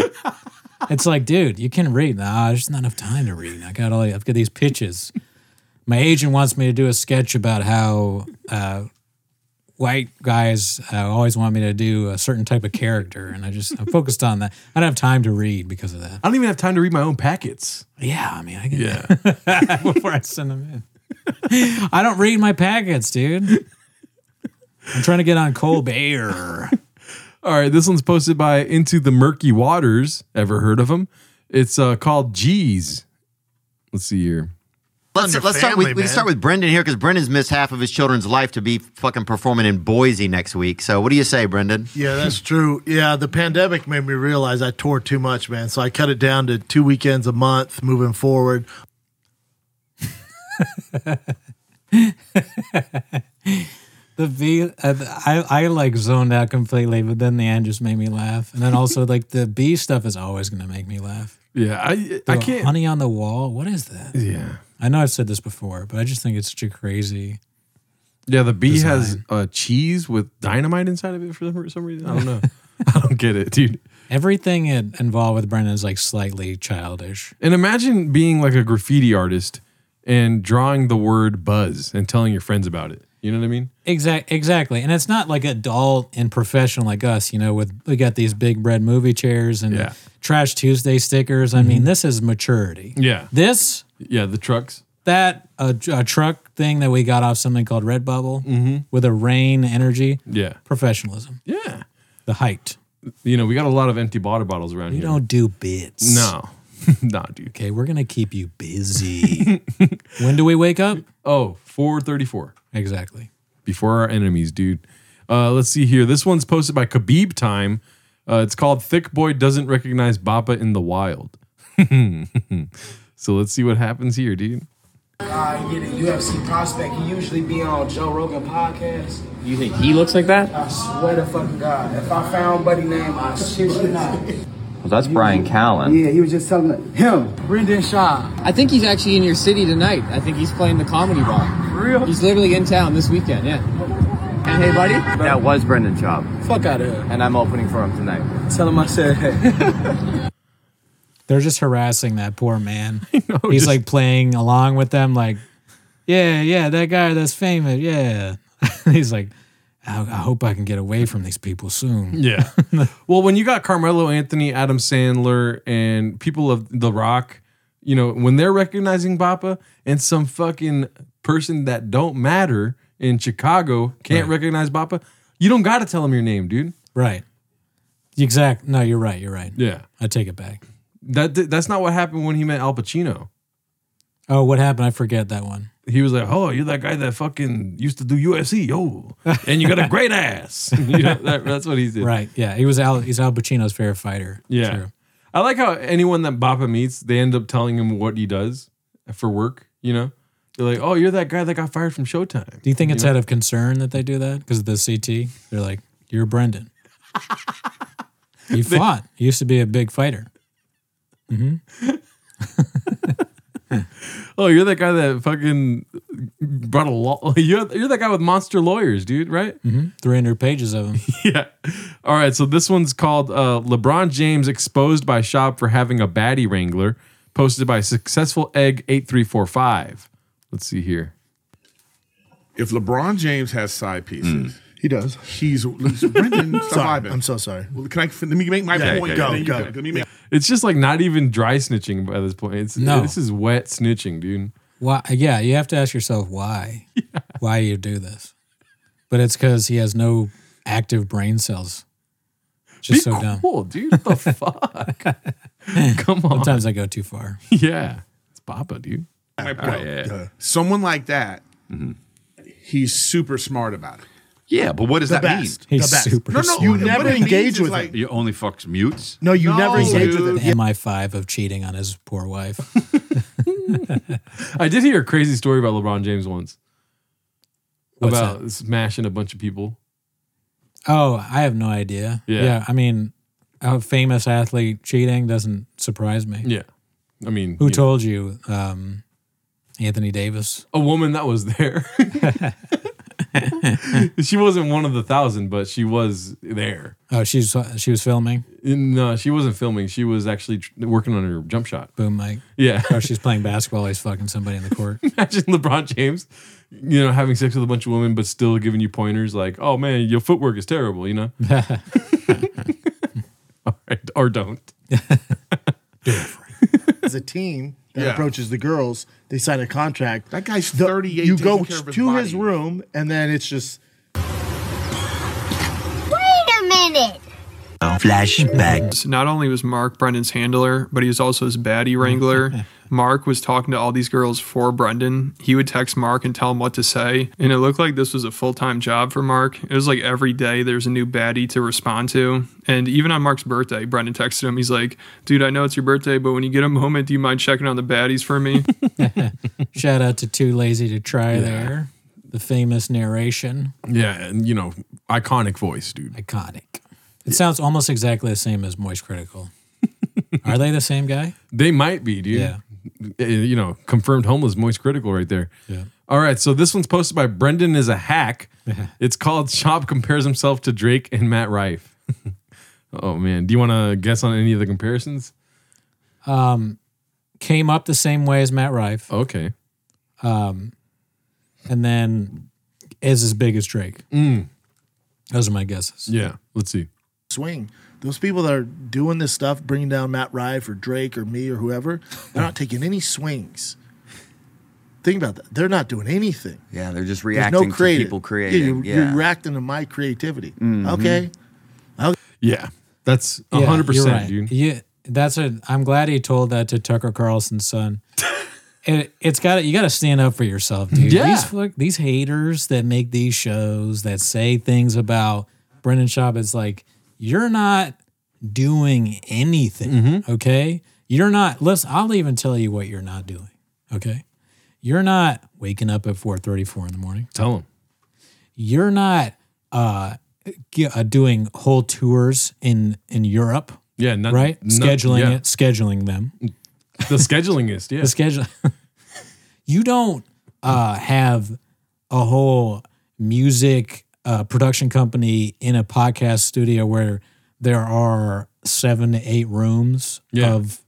Speaker 1: it's like, dude, you can read. Nah, there's just not enough time to read. I got all, I've got these pitches. My agent wants me to do a sketch about how uh, white guys uh, always want me to do a certain type of character. And I just, I'm focused on that. I don't have time to read because of that.
Speaker 2: I don't even have time to read my own packets.
Speaker 1: Yeah, I mean, I can.
Speaker 2: Yeah.
Speaker 1: before I send them in. I don't read my packets, dude. I'm trying to get on Colbert.
Speaker 2: All right, this one's posted by Into the Murky Waters. Ever heard of them? It's uh, called G's. Let's see here.
Speaker 13: Let's,
Speaker 2: Your
Speaker 13: let's start
Speaker 2: family,
Speaker 13: with, we can
Speaker 2: man.
Speaker 13: start with Brendan here because Brendan's missed half of his children's life to be fucking performing in Boise next week. So what do you say, Brendan?
Speaker 8: Yeah, that's true. Yeah, the pandemic made me realize I tore too much, man. So I cut it down to two weekends a month moving forward.
Speaker 1: The V, uh, the- I, I like zoned out completely, but then the end just made me laugh. And then also, like, the B stuff is always going to make me laugh.
Speaker 2: Yeah, I I
Speaker 1: The
Speaker 2: can't.
Speaker 1: Honey on the wall. What is that?
Speaker 2: Yeah.
Speaker 1: I know I've said this before, but I just think it's such a crazy.
Speaker 2: Yeah, the bee has uh, cheese with dynamite inside of it for some- for some reason. I don't know. I don't get it, dude.
Speaker 1: Everything in- involved with Brendan is like slightly childish.
Speaker 2: And imagine being like a graffiti artist and drawing the word buzz and telling your friends about it. You know what I mean?
Speaker 1: Exact, exactly, and it's not like adult and professional like us. You know, with we got these big red movie chairs and
Speaker 2: Yeah. Mm-hmm.
Speaker 1: Trash Tuesday stickers. I mean, this is maturity.
Speaker 2: Yeah.
Speaker 1: This
Speaker 2: Yeah, the trucks.
Speaker 1: that uh, a, a truck thing that we got off something called Redbubble with a rain energy
Speaker 2: Mm-hmm. Yeah.
Speaker 1: professionalism.
Speaker 2: Yeah,
Speaker 1: the height.
Speaker 2: You know, we got a lot of empty water bottles around
Speaker 1: We
Speaker 2: here.
Speaker 1: don't do bits.
Speaker 2: No. nah, dude.
Speaker 1: Okay, we're gonna keep you busy. when do we wake up?
Speaker 2: Oh, 434.
Speaker 1: Exactly.
Speaker 2: Before our enemies, dude. Uh, let's see here. This one's posted by Khabib Time. Uh, it's called Thick Boy Doesn't Recognize Bappa in the Wild. so let's see what happens here, dude.
Speaker 16: Uh, you the UFC prospect. He usually be on Joe Rogan podcast.
Speaker 17: You think he looks like that?
Speaker 16: I swear to fucking God, if I found Buddy name, I shit you not.
Speaker 17: Well, that's Brian Callen.
Speaker 16: Yeah, he was just telling him, Brendan Shaw.
Speaker 17: I think he's actually in your city tonight. I think he's playing the comedy bar. real? He's literally in town this weekend, yeah. Hey, buddy.
Speaker 16: That
Speaker 17: was Brendan Job.
Speaker 16: Fuck out of here.
Speaker 17: And I'm opening for him tonight.
Speaker 16: Tell him I said hey.
Speaker 1: They're just harassing that poor man. He's like playing along with them, like, yeah, yeah, that guy that's famous, yeah. He's like, I, I hope I can get away from these people soon.
Speaker 2: Yeah. well, when you got Carmelo Anthony, Adam Sandler, and people of The Rock, you know, when they're recognizing Bappa and some fucking person that don't matter in Chicago can't recognize Bappa, you don't got to tell them your name, dude.
Speaker 1: Right. Exact. No, you're right. You're right.
Speaker 2: Yeah.
Speaker 1: I take it back.
Speaker 2: That that's not what happened when he met Al Pacino.
Speaker 1: Oh, what happened? I forget that one.
Speaker 2: He was like, "Oh, you're that guy that fucking used to do UFC, yo, and you got a great ass." You know, that- that's what he did.
Speaker 1: Right. Yeah. He was Al. He's Al Pacino's favorite fighter.
Speaker 2: Yeah.
Speaker 1: True.
Speaker 2: I like how anyone that Bappa meets, they end up telling him what he does for work. You know, they're like, "Oh, you're that guy that got fired from Showtime."
Speaker 1: Do you think it's
Speaker 2: know?
Speaker 1: out of concern that they do that because of the CT? They're like, you're Brendan. you
Speaker 2: They-
Speaker 1: fought. You used to be a big fighter. hmm
Speaker 2: Oh, you're that guy that fucking brought a lot. You're, you're that guy with monster lawyers, dude, right?
Speaker 1: Mm-hmm. 300 pages of them.
Speaker 2: yeah. All right. So this one's called uh, LeBron James exposed by Shop for having a baddie wrangler, posted by Successful Egg 8345. Let's see here.
Speaker 18: If LeBron James has side
Speaker 2: Mm.
Speaker 18: pieces,
Speaker 4: he does.
Speaker 18: He's, he's Brendan
Speaker 4: Sorry,
Speaker 18: surviving.
Speaker 4: I'm so sorry.
Speaker 18: Well, can I? Let me make my
Speaker 4: Yeah,
Speaker 18: point.
Speaker 4: yeah,
Speaker 18: then
Speaker 4: yeah,
Speaker 18: you
Speaker 4: go,
Speaker 18: can-
Speaker 4: go.
Speaker 18: Let me make.
Speaker 2: It's just like not even dry snitching by this point. It's
Speaker 1: No.
Speaker 2: This is wet snitching, dude.
Speaker 1: Why? Yeah, you have to ask yourself why. Why you do this? But it's because he has no active brain cells. Just
Speaker 2: Be
Speaker 1: so dumb.
Speaker 2: cool, dude. What the fuck? Come on.
Speaker 1: Sometimes I go too far.
Speaker 2: Yeah. It's Papa, dude.
Speaker 18: My
Speaker 8: Oh,
Speaker 2: All right,
Speaker 18: point.
Speaker 2: yeah.
Speaker 18: Uh, Someone like that, he's super smart about it.
Speaker 19: Yeah, but what does
Speaker 18: The
Speaker 19: that
Speaker 18: best.
Speaker 19: mean?
Speaker 18: He's The best. super No, no, smart. you
Speaker 19: What
Speaker 18: never
Speaker 19: it means
Speaker 18: engage
Speaker 19: is
Speaker 18: with
Speaker 19: like-
Speaker 18: him.
Speaker 19: You only fucks mutes.
Speaker 4: No, you
Speaker 1: never
Speaker 19: engage with it.
Speaker 1: MI5 of cheating on his poor wife.
Speaker 2: I did hear a crazy story about LeBron James once.
Speaker 1: What's
Speaker 2: about smashing a bunch of people.
Speaker 1: Oh, I have no idea.
Speaker 2: Yeah.
Speaker 1: I mean, a famous athlete cheating doesn't surprise me.
Speaker 2: Yeah. I mean,
Speaker 1: Who
Speaker 2: you know,
Speaker 1: told you? Um, Anthony Davis.
Speaker 2: a woman that was there? she wasn't one of the thousand, but she was there.
Speaker 1: Oh, she's she was filming.
Speaker 2: No, she wasn't filming. She was actually tr- working on her jump shot.
Speaker 1: Boom, Mike.
Speaker 2: Yeah.
Speaker 1: Oh, she's playing basketball. He's fucking somebody in the court.
Speaker 2: Imagine LeBron James, you know, having sex with a bunch of women, but still giving you pointers like, "Oh man, your footwork is terrible," you know. All right, or don't.
Speaker 4: As a team that
Speaker 18: Yeah.
Speaker 4: approaches the girls, they sign a contract.
Speaker 18: That guy's
Speaker 4: The-
Speaker 18: 38.
Speaker 4: You
Speaker 18: taking
Speaker 4: go
Speaker 18: care of his
Speaker 4: to
Speaker 18: body.
Speaker 4: his room, and then it's just
Speaker 20: Wait a minute.
Speaker 21: Flashbacks. Not only was Mark Brendan's handler, but he was also his baddie wrangler. Mark was talking to all these girls for Brendan. He would text Mark and tell him what to say. And it looked like this was a full time job for Mark. It was like every day there's a new baddie to respond to. And even on Mark's birthday, Brendan texted him. He's like, dude, I know it's your birthday, but when you get a moment, do you mind checking on the baddies for me?
Speaker 1: Shout out to Too Lazy to Try
Speaker 2: Yeah.
Speaker 1: there. The famous narration.
Speaker 2: Yeah, and you know, iconic voice, dude.
Speaker 1: Iconic. It sounds almost exactly the same as Moist Critical. Are they the same guy?
Speaker 2: They might be, dude.
Speaker 1: Yeah.
Speaker 2: Uh, You know, confirmed homeless, moist critical right there.
Speaker 1: Yeah.
Speaker 2: All right, so this one's posted by Brendan is a hack. it's called Shop compares himself to Drake and Matt Rife. oh man, do you want to guess on any of the comparisons?
Speaker 1: Um, came up the same way as Matt Rife.
Speaker 2: Okay.
Speaker 1: Um, and then is as big as Drake.
Speaker 2: Mm.
Speaker 1: Those are my guesses.
Speaker 2: Yeah. Let's see.
Speaker 4: swing. Those people that are doing this stuff, bringing down Matt Rife or Drake or me or whoever, they're not taking any swings. Think about that. They're not doing anything.
Speaker 22: Yeah, they're just
Speaker 4: There's
Speaker 22: reacting
Speaker 4: no
Speaker 22: to
Speaker 4: creative.
Speaker 22: people
Speaker 4: Yeah,
Speaker 22: creating.
Speaker 4: you're,
Speaker 22: Yeah,
Speaker 4: you're reacting to my creativity. Okay.
Speaker 2: Yeah, that's a
Speaker 1: Yeah,
Speaker 2: hundred
Speaker 1: you're
Speaker 2: percent,
Speaker 1: right.
Speaker 2: dude.
Speaker 1: Yeah, that's a. I'm glad he told that to Tucker Carlson's son. It, it's got to You got to stand up for yourself, dude.
Speaker 2: Yeah.
Speaker 1: These flick, these haters that make these shows that say things about Brendan Schaub, it's like you're not doing anything.
Speaker 2: Mm-hmm.
Speaker 1: Okay, you're not. Listen, I'll even tell you what you're not doing. Okay, you're not waking up at 4:34 in the morning.
Speaker 2: Tell him
Speaker 1: you're not uh, g- uh doing whole tours in in Europe.
Speaker 2: Yeah, not-
Speaker 1: right.
Speaker 2: not-
Speaker 1: scheduling
Speaker 2: yeah. Mm.
Speaker 1: it, scheduling them.
Speaker 2: the schedulingist. Yeah,
Speaker 1: The schedule. you don't uh, have a whole music uh, production company in a podcast studio where there are seven to eight rooms
Speaker 2: Yeah.
Speaker 1: of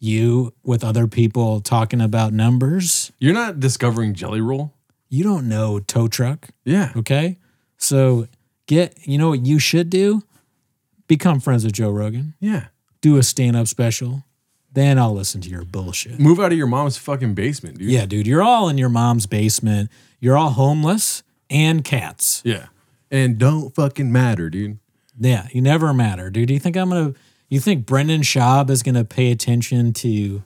Speaker 1: you with other people talking about numbers.
Speaker 2: You're not discovering Jelly Roll.
Speaker 1: You don't know tow truck.
Speaker 2: Yeah.
Speaker 1: Okay. So get, you know what you should do? Become friends with Joe Rogan.
Speaker 2: Yeah.
Speaker 1: Do a stand up special. Then I'll listen to your bullshit.
Speaker 2: Move out of your mom's fucking basement, dude.
Speaker 1: Yeah, dude. You're all in your mom's basement. You're all homeless and cats.
Speaker 2: Yeah. And don't fucking matter, dude.
Speaker 1: Yeah. You never matter, dude. Do you think I'm going to, you think Brendan Schaub is going to pay attention to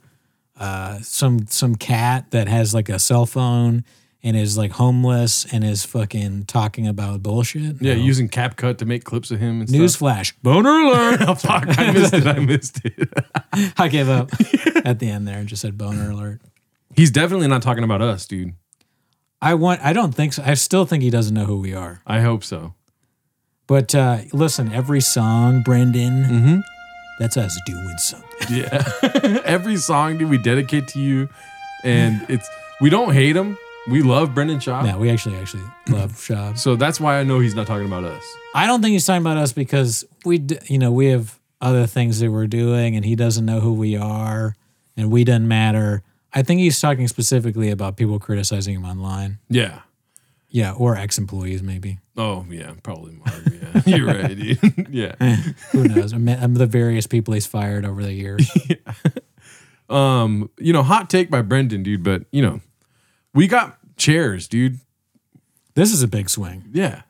Speaker 1: uh, some some cat that has like a cell phone and is like homeless and is fucking talking about bullshit?
Speaker 2: Yeah,
Speaker 1: No.
Speaker 2: using CapCut to make clips of him and stuff.
Speaker 1: Newsflash. Boner alert.
Speaker 2: oh, fuck. I missed it. I missed it.
Speaker 1: I gave up at the end there and just said boner alert.
Speaker 2: He's definitely not talking about us, dude.
Speaker 1: I want I don't think so. I still think he doesn't know who we are.
Speaker 2: I hope so.
Speaker 1: But uh listen, every song, Brendan, mm-hmm. that's us doing something.
Speaker 2: Yeah. Every song, dude, we dedicate to you. And it's, we don't hate him. We love Brendan Schaub.
Speaker 1: Yeah, we actually actually love Schaub.
Speaker 2: So that's why I know he's not talking about us.
Speaker 1: I don't think he's talking about us because we, d- you know, we have other things that we're doing, and he doesn't know who we are, and we doesn't matter. I think he's talking specifically about people criticizing him online.
Speaker 2: Yeah.
Speaker 1: Yeah, or ex-employees maybe.
Speaker 2: Oh yeah, probably Mark. Yeah, you're right. dude. yeah.
Speaker 1: Who knows? um, I'm, I'm the various people he's fired over the years.
Speaker 2: Um, you know, hot take by Brendan, dude. But you know, we got chairs, dude.
Speaker 1: This is a big swing.
Speaker 2: Yeah.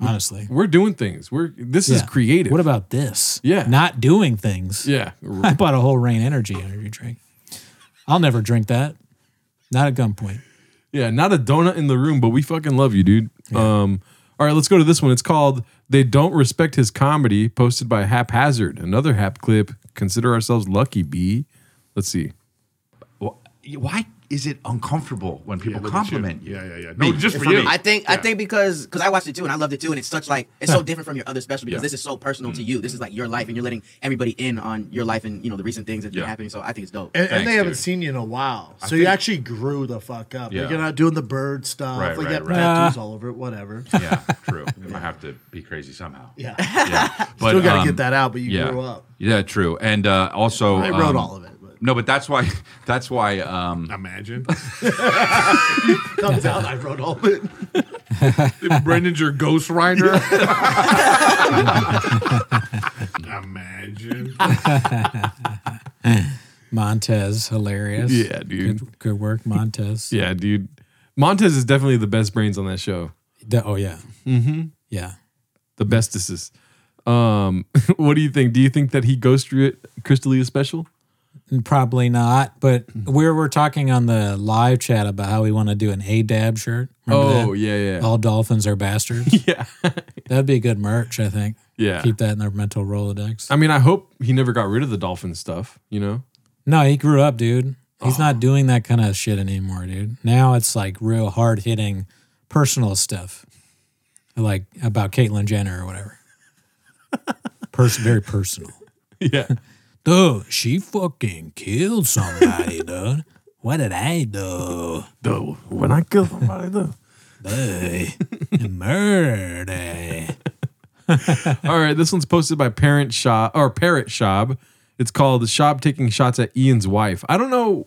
Speaker 1: Honestly.
Speaker 2: We're doing things. We're this is
Speaker 1: Yeah.
Speaker 2: creative.
Speaker 1: What about this?
Speaker 2: Yeah.
Speaker 1: Not doing things.
Speaker 2: Yeah.
Speaker 1: I bought a whole Rain Energy energy drink. I'll never drink that. Not at gunpoint.
Speaker 2: Yeah, not a donut in the room, but we fucking love you, dude. Um, all right, let's go to this one. It's called "They Don't Respect His Comedy," posted by Haphazard. Another Hap clip. Consider ourselves lucky, B. Let's see.
Speaker 19: Why is it uncomfortable when people
Speaker 2: look at you.
Speaker 19: compliment you?
Speaker 2: Yeah, yeah, yeah.
Speaker 19: Me, it's for me.
Speaker 6: I think I think because because I watched it too and I loved it too and it's such like it's so different from your other special because
Speaker 19: Yeah.
Speaker 6: this is so personal to you. This is like your life and you're letting everybody in on your life and you know the recent things that have been happening. So I think it's dope.
Speaker 8: And, and they haven't seen you in a while,
Speaker 6: I
Speaker 8: so you
Speaker 6: think-
Speaker 8: actually grew the fuck up.
Speaker 19: Yeah.
Speaker 8: Like you're not doing the bird stuff.
Speaker 19: Right,
Speaker 8: like
Speaker 19: right,
Speaker 8: you got
Speaker 19: right.
Speaker 8: tattoos
Speaker 19: Nah.
Speaker 8: all over it. Whatever.
Speaker 19: Yeah, true. I have to be crazy somehow.
Speaker 8: Yeah.
Speaker 19: But,
Speaker 8: Still gotta
Speaker 19: um,
Speaker 8: get that out. But you
Speaker 19: yeah.
Speaker 8: grew up.
Speaker 19: Yeah, true. And uh, also,
Speaker 8: I wrote all of
Speaker 19: it. No, but that's why. That's why. Um, Imagine.
Speaker 8: Comes out. I wrote all of it.
Speaker 19: Brendan's your ghost rider.
Speaker 18: Imagine.
Speaker 1: Montez, hilarious.
Speaker 2: Yeah, dude.
Speaker 1: Good, good work, Montez.
Speaker 2: Yeah, dude. Montez is definitely the best brains on that show.
Speaker 1: The- oh yeah.
Speaker 2: Mm-hmm.
Speaker 1: Yeah.
Speaker 2: The bestest. Um, what do you think? Do you think that he ghost Crystalia special?
Speaker 1: Probably not, but we were talking on the live chat about how we want to do an A dab shirt.
Speaker 2: Oh, yeah, yeah.
Speaker 1: All dolphins are bastards.
Speaker 2: yeah.
Speaker 1: That'd be good merch, I think.
Speaker 2: Yeah.
Speaker 1: Keep that in their mental Rolodex.
Speaker 2: I mean, I hope he never got rid of the dolphin stuff. You know.
Speaker 1: No, he grew up, dude. He's not doing that kind of shit anymore, dude. Now it's like real hard hitting personal stuff. Like about Caitlyn Jenner or whatever. Person very personal.
Speaker 2: Yeah.
Speaker 1: Dude, she fucking killed somebody, dude. What did I do?
Speaker 2: Dude, when I kill somebody, dude.
Speaker 1: murder.
Speaker 2: All right, this one's posted by Parent Shop or Parrot Shop. It's called Shop Taking Shots at Ian's Wife. I don't know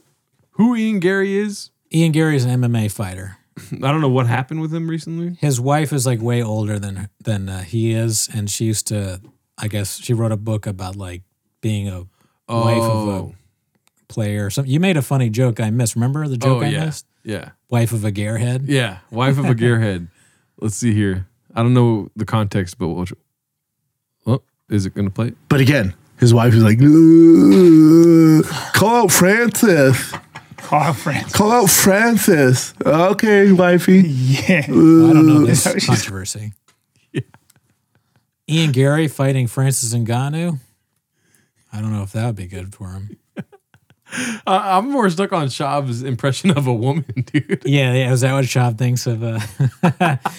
Speaker 2: who Ian Gary is.
Speaker 1: Ian Gary is an MMA fighter.
Speaker 2: I don't know what happened with him recently.
Speaker 1: His wife is like way older than than uh, he is, and she used to, I guess, she wrote a book about like being a wife of
Speaker 2: Oh.
Speaker 1: a player or something. You made a funny joke I missed. Remember the joke
Speaker 2: oh
Speaker 1: I
Speaker 2: yeah,
Speaker 1: missed?
Speaker 2: yeah,
Speaker 1: Wife of a gearhead.
Speaker 2: yeah. Wife of a gearhead. Let's see here. I don't know the context, but we'll, oh, is it going to play?
Speaker 4: But again, his wife is like, "Ugh, call out Francis. Call out Francis. Call out Francis. Okay, wifey. Yeah.
Speaker 1: I don't know this controversy. Ian Gary fighting Francis Ngannou. I don't know if that would be good for him.
Speaker 2: I I'm more stuck on Shab's impression of a woman, dude.
Speaker 1: Yeah, yeah. Is that what Shab thinks of? Uh,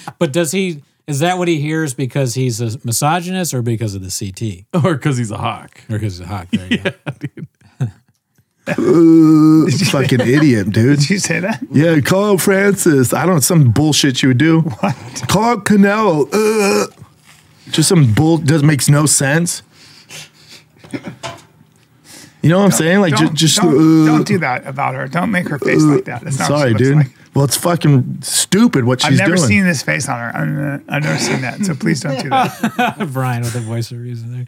Speaker 1: but does he? Is that what he hears because he's a misogynist or because of the CT
Speaker 2: or because he's a hawk
Speaker 1: or because he's a hawk? There you go.
Speaker 4: fucking idiot, dude. Did you say that? Yeah, call out Francis. I don't know, some bullshit you would do. What? Call out Canelo. Ugh. Just some bull just makes no sense. You know what I'm saying? Like
Speaker 3: don't,
Speaker 4: ju- just uh,
Speaker 3: don't,
Speaker 4: "Ugh."
Speaker 3: don't do that about her. Don't make her face like that. That's not what she
Speaker 4: Sorry,
Speaker 3: looks
Speaker 4: dude.
Speaker 3: like.
Speaker 4: Well, it's fucking stupid what she's
Speaker 3: I've never
Speaker 4: doing.
Speaker 3: seen this face on her. I've, I've never seen that. So please don't do that.
Speaker 1: Brian with the voice of reason there.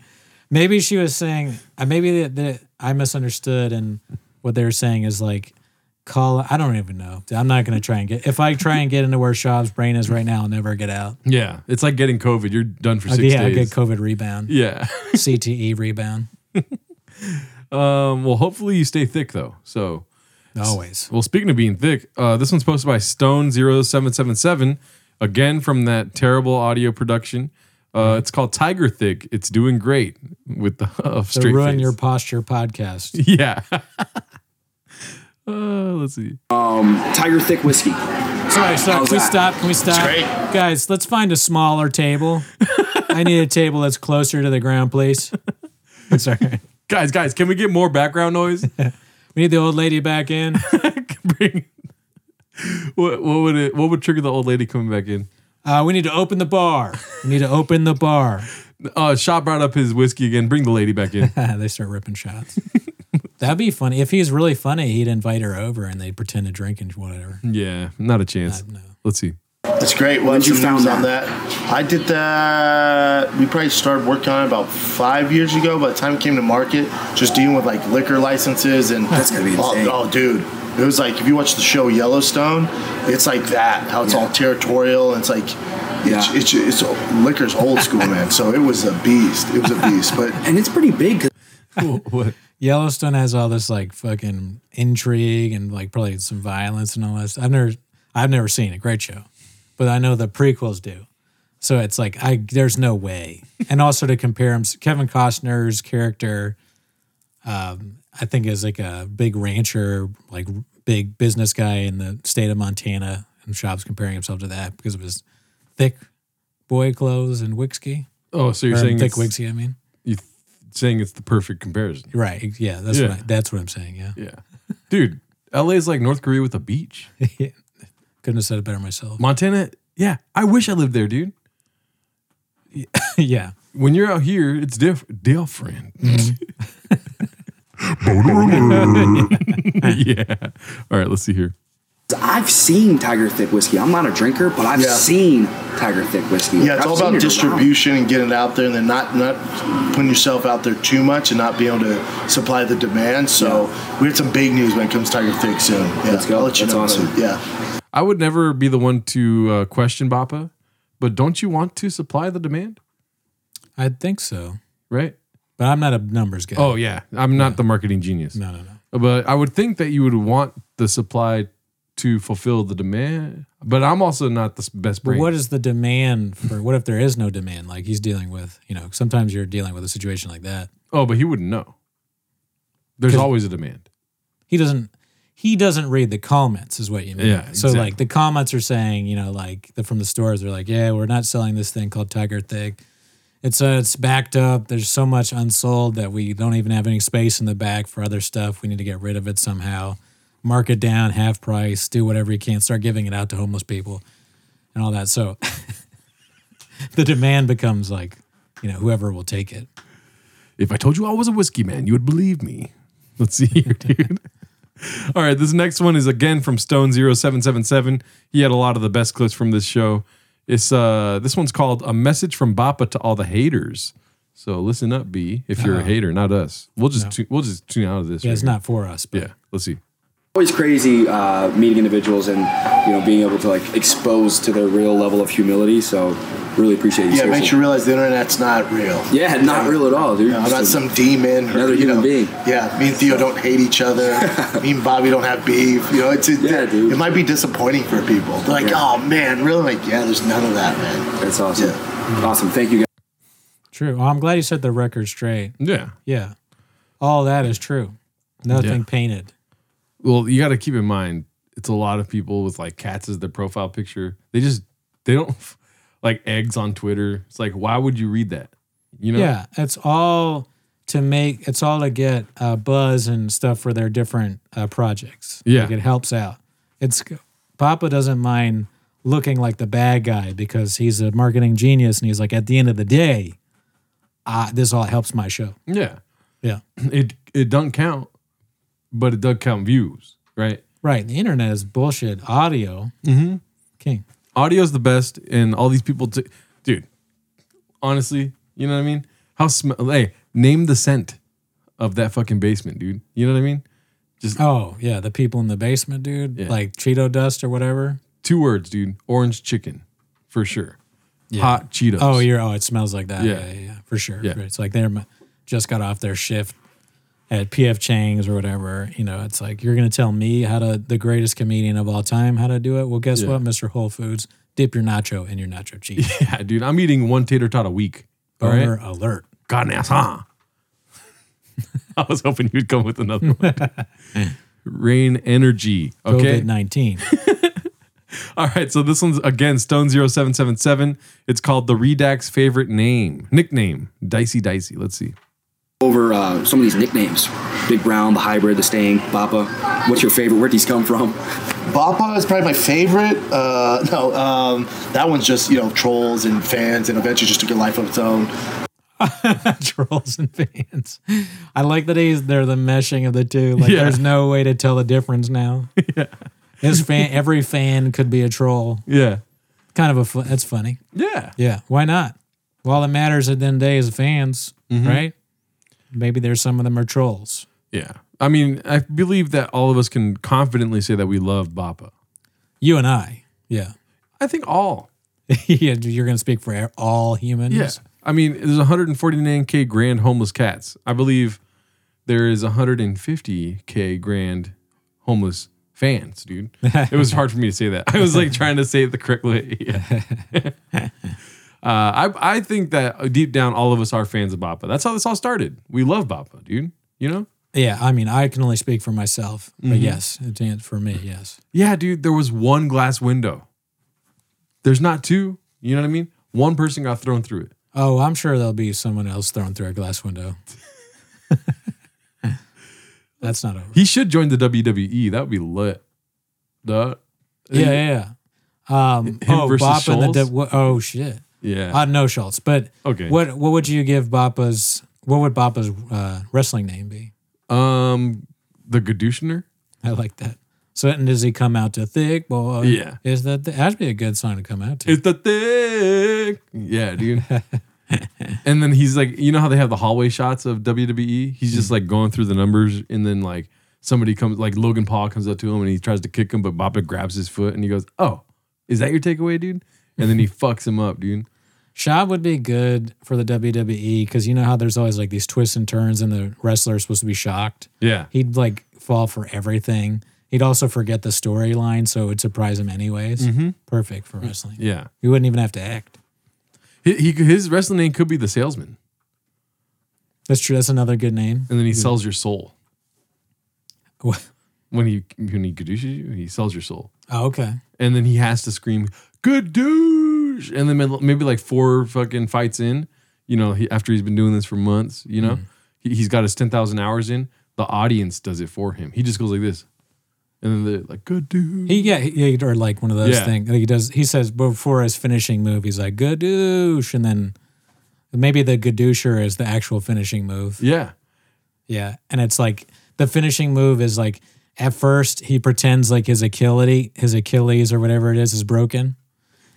Speaker 1: Maybe she was saying, uh, maybe that that I misunderstood, and what they were saying is like, call. I don't even know. I'm not going to try and get. If I try and get into where Shab's brain is right now, I'll never get out.
Speaker 2: Yeah, it's like getting COVID. You're done for
Speaker 1: I'd
Speaker 2: six
Speaker 1: be- I'd
Speaker 2: days.
Speaker 1: get COVID rebound.
Speaker 2: Yeah.
Speaker 1: CTE E rebound.
Speaker 2: Um, well, hopefully you stay thick though. So
Speaker 1: Always.
Speaker 2: Well, speaking of being thick, uh, this one's posted by Stone0777, again from that terrible audio production.
Speaker 1: Mm-hmm.
Speaker 2: Uh, it's called Tiger Thick. It's doing great with the uh,
Speaker 1: The
Speaker 2: straight
Speaker 1: ruin
Speaker 2: face.
Speaker 1: your posture podcast.
Speaker 2: yeah. uh, let's see.
Speaker 5: Um, Tiger Thick whiskey.
Speaker 1: Sorry, sorry.
Speaker 5: How's
Speaker 1: Can we
Speaker 5: that?
Speaker 1: stop? Can we stop? Guys, let's find a smaller table. I need a table that's closer to the ground, please. Sorry.
Speaker 2: Guys, guys, can we get more background noise?
Speaker 1: We need the old lady back in.
Speaker 2: What, what would it? What would trigger the old lady coming back in?
Speaker 1: Uh, we need to open the bar. We need to open the bar.
Speaker 2: Uh, Shot brought up his whiskey again. Bring the lady back in.
Speaker 1: they start ripping shots. That'd be funny. If he's really funny, he'd invite her over and they'd pretend to drink and whatever.
Speaker 2: Yeah, not a chance. Let's see.
Speaker 4: That's great. Once you found on that, I did that. We probably started working on it about five years ago. By the time it came to market, just dealing with like liquor licenses and
Speaker 5: That's gonna be
Speaker 4: oh,
Speaker 5: insane.
Speaker 4: Oh, dude, it was like if you watch the show Yellowstone, it's like that. How it's all territorial. And it's like, it's, it's, it's, liquor's old school, man. So it was a beast. It was a beast. But
Speaker 5: and it's pretty big.
Speaker 1: Yellowstone has all this like fucking intrigue and like probably some violence and all that. I've never, I've never seen it. Great show, but I know the prequels do. So it's like I there's no way. And also to compare him, Kevin Costner's character, um, I think is like a big rancher, like big business guy in the state of Montana, and Shop's comparing himself to that because of his thick boy clothes and whiskey.
Speaker 2: Oh, so you're
Speaker 1: Or
Speaker 2: saying
Speaker 1: thick
Speaker 2: it's-
Speaker 1: whiskey? I mean,
Speaker 2: You th- saying it's the perfect comparison?
Speaker 1: right? Yeah, that's
Speaker 2: Yeah.
Speaker 1: what I, that's what I'm saying. Yeah,
Speaker 2: Yeah, dude. LA is like North Korea with a beach.
Speaker 1: couldn't have said it better myself.
Speaker 2: Montana. Yeah, I wish I lived there, dude.
Speaker 1: yeah.
Speaker 2: When you're out here, it's diff- different. yeah. All right, let's see here.
Speaker 5: I've seen Tiger Thick whiskey. I'm not a drinker, but I've
Speaker 4: Yeah.
Speaker 5: seen Tiger Thick whiskey.
Speaker 4: Yeah, it's
Speaker 5: I've
Speaker 4: all
Speaker 5: seen it
Speaker 4: about
Speaker 5: around.
Speaker 4: distribution and getting it out there, and then not not putting yourself out there too much and not being able to supply the demand. So we had some big news when it comes to Tiger Thick soon. Yeah,
Speaker 5: Let's go.
Speaker 4: I'll let you
Speaker 5: That's
Speaker 4: know.
Speaker 5: awesome.
Speaker 4: Yeah,
Speaker 2: I would never be the one to uh, question Bappa, but don't you want to supply the demand?
Speaker 1: I think so.
Speaker 2: Right?
Speaker 1: But I'm not a numbers guy.
Speaker 2: Oh yeah, I'm not the marketing genius.
Speaker 1: No, no, no.
Speaker 2: But I would think that you would want the supply to fulfill the demand. But I'm also not the s- best
Speaker 1: But
Speaker 2: brain.
Speaker 1: what is the demand for? What if there is no demand? Like he's dealing with, you know, sometimes you're dealing with a situation like that.
Speaker 2: oh, but he wouldn't know. There's
Speaker 1: 'Cause-
Speaker 2: always a demand.
Speaker 1: He doesn't. He doesn't read the comments, is what you mean.
Speaker 2: Yeah,
Speaker 1: So
Speaker 2: exactly.
Speaker 1: like the comments are saying, you know, like the, from the stores, they're like, yeah, we're not selling this thing called Tiger Thick. It's uh, it's backed up. There's so much unsold that we don't even have any space in the back for other stuff. We need to get rid of it somehow. Mark it down, half price, do whatever you can. Start giving it out to homeless people, and all that. So the demand becomes like, you know, whoever will take it.
Speaker 2: If I told you I was a whiskey man, you would believe me. Let's see here, dude. All right, this next one is again from Stone0777. He had a lot of the best clips from this show. It's uh this one's called A Message from Bappa to All the Haters. So listen up, B, if you're a
Speaker 1: Uh-huh.
Speaker 5: Uh-oh.
Speaker 2: hater, not us. We'll just tu- we'll just tune out of this.
Speaker 5: Yeah, it's not
Speaker 1: for us.
Speaker 2: Yeah, let's see.
Speaker 5: always crazy uh, meeting individuals and you know being able to like expose to their real level of humility. So really appreciate you.
Speaker 4: yeah. It
Speaker 5: seriously.
Speaker 4: makes you realize the internet's not real.
Speaker 5: Yeah, not real at all, dude.
Speaker 4: No, I'm not
Speaker 5: Just
Speaker 4: some demon.
Speaker 5: another
Speaker 4: you
Speaker 5: human
Speaker 4: know,
Speaker 5: being.
Speaker 4: Yeah, me and Theo don't hate each other. me and Bobby don't have beef. You know, it's it, it might be disappointing for people. They're like, oh man, really? Like, yeah, there's none of that, man.
Speaker 5: That's awesome. Awesome. Thank you guys.
Speaker 1: True. Well, I'm glad you set the record straight.
Speaker 2: Yeah.
Speaker 1: Yeah. All that is true. Nothing
Speaker 2: Yeah.
Speaker 1: painted.
Speaker 2: Well, you got to keep in mind it's a lot of people with like cats as their profile picture. They just they don't like eggs on Twitter. It's like why would you read that? You know?
Speaker 1: Yeah. It's all to make, it's all to get uh, buzz and stuff for their different uh, projects.
Speaker 2: Yeah.
Speaker 1: Like it helps out. It's, Papa doesn't mind looking like the bad guy because he's a marketing genius and he's like, at the end of the day, uh, this all helps my show.
Speaker 2: Yeah.
Speaker 1: Yeah.
Speaker 2: It it don't count, but it does count views, right?
Speaker 1: Right. The internet is bullshit audio.
Speaker 2: Mm-hmm.
Speaker 1: King.
Speaker 2: Audio's the best, and all these people, t- dude. Honestly, you know what I mean? How smell? Hey, name the scent of that fucking basement, dude. You know what I mean? Just
Speaker 1: oh yeah, the people in the basement, dude. Like Cheeto dust or whatever.
Speaker 2: Two words, dude. Orange chicken, for sure. Hot Cheetos.
Speaker 1: Oh, you're. Oh, it smells like that.
Speaker 2: Yeah.
Speaker 1: Yeah, yeah, yeah, for sure.
Speaker 2: Yeah.
Speaker 1: Right. It's like they're just got off their shift at PF Chang's or whatever. You know, it's like you're gonna tell me how to the greatest comedian of all time how to do it. Well, guess
Speaker 2: Yeah.
Speaker 1: what, Mister Whole Foods, dip your nacho in your nacho cheese.
Speaker 2: Yeah, dude. I'm eating one tater tot a week. All right.
Speaker 1: Boner alert.
Speaker 2: God ass, huh? I was hoping you'd come with another one. Rain energy. Okay.
Speaker 1: COVID nineteen.
Speaker 2: All right, so this one's again Stone 0777. It's called the Redact's favorite name, nickname, Dicey Dicey. Let's see.
Speaker 5: over uh, some of these nicknames Big Brown, the hybrid, the Sting, Bappa. What's your favorite? Where'd these come from?
Speaker 4: Bappa is probably my favorite. Uh, no, um, that one's just you know trolls and fans, and eventually just took a life of its own.
Speaker 1: trolls and fans. I like that he's they're the meshing of the two. Like
Speaker 2: Yeah.
Speaker 1: there's no way to tell the difference now. yeah. His fan every fan could be a troll.
Speaker 2: Yeah.
Speaker 1: Kind of a fu- that's funny.
Speaker 2: Yeah.
Speaker 1: Yeah. Why not? Well, all that matters at the end of the day is fans,
Speaker 2: Mhm.
Speaker 1: right? Maybe there's some of them are trolls.
Speaker 2: Yeah. I mean, I believe that all of us can confidently say that we love Bappa.
Speaker 1: You and I. Yeah.
Speaker 2: I think all.
Speaker 1: yeah, you're going to speak for e-, all humans.
Speaker 2: Yes. I mean, there's 149k grand homeless cats. I believe there is 150k grand homeless fans, dude. It was hard for me to say that. I was like trying to say it the correct way. Yeah. Uh, I I think that deep down, all of us are fans of Bappa. That's how this all started. We love Bappa, dude. You know?
Speaker 1: Yeah, I mean, I can only speak for myself, but
Speaker 2: Mhm.
Speaker 1: yes, it's it's for me, yes.
Speaker 2: Yeah, dude, there was one glass window. There's not two. You know what I mean? One person got thrown through it.
Speaker 1: Oh, I'm sure there'll be someone else thrown through a glass window. That's not over.
Speaker 2: He should join the WWE. That would be lit. Duh.
Speaker 1: Yeah, yeah, yeah. Um,
Speaker 2: Him
Speaker 1: oh,
Speaker 2: versus
Speaker 1: Bappa and the
Speaker 2: Schultz?
Speaker 1: Dev- wha- oh shit.
Speaker 2: Yeah.
Speaker 1: Uh, no Schultz, but
Speaker 2: Okay.
Speaker 1: What what would you give Bappa's? What would Bappa's uh, wrestling name be?
Speaker 2: Um, the Gadushner.
Speaker 1: I like that. So and does he come out to thick? Boy,
Speaker 2: Yeah.
Speaker 1: Is that th- that'd be a good song to come out to?
Speaker 2: It's the thing. Yeah, dude. and then he's like, you know how they have the hallway shots of WWE? He's
Speaker 1: Mm-hmm.
Speaker 2: just like going through the numbers, and then like somebody comes, like Logan Paul comes up to him and he tries to kick him, but Bappa grabs his foot and he goes, "Oh, is that your takeaway, dude?" And then he fucks him up, dude.
Speaker 1: Shab would be good for the WWE because you know how there's always like these twists and turns, and the wrestler's supposed to be shocked.
Speaker 2: Yeah.
Speaker 1: He'd like fall for everything. He'd also forget the storyline, so it would surprise him anyways.
Speaker 2: Mhm.
Speaker 1: Perfect for wrestling.
Speaker 2: Yeah.
Speaker 1: You wouldn't even have to act.
Speaker 2: He, he his wrestling name could be the salesman,
Speaker 1: That's true. That's another good name.
Speaker 2: and then he sells your soul. When he when he Gadushes you, he sells your soul.
Speaker 1: Oh, okay.
Speaker 2: and then he has to scream good douche and then mid- maybe like four fucking fights in you know he, after he's been doing this for months you
Speaker 1: Hmm.
Speaker 2: know he, he's got his 10000 hours in the audience does it for him he just goes like this and then they're like good dude
Speaker 1: He yeah, he, yeah, or like one of those
Speaker 2: Yeah.
Speaker 1: things. He does. He says before his finishing move, he's like gadoosh, and then maybe the gadoocher is the actual finishing move.
Speaker 2: yeah
Speaker 1: Yeah, and it's like the finishing move is like at first he pretends like his Achilles, his Achilles or whatever it is, is broken,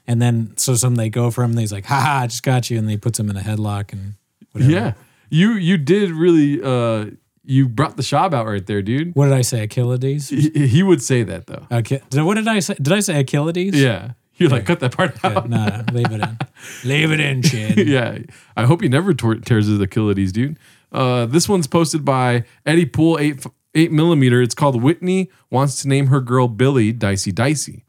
Speaker 1: and then so some they go for him. And he's like, "Ha ha, I just got you," and he puts him in a headlock and whatever.
Speaker 2: yeah you you did really uh you brought the shop out right there dude
Speaker 1: What did I say, Achilles?
Speaker 2: he, he would say that though
Speaker 1: Okay, did, what did I say? Did I say Achilles?
Speaker 2: yeah you're like cut that part out
Speaker 1: no, no, leave it in. Leave it in, Chin.
Speaker 2: yeah. I hope he never tor- tears his Achilles, dude. Uh, this one's posted by Eddie Poole, 8, 8 millimeter. It's called Whitney Wants to Name Her Girl Billy Dicey Dicey.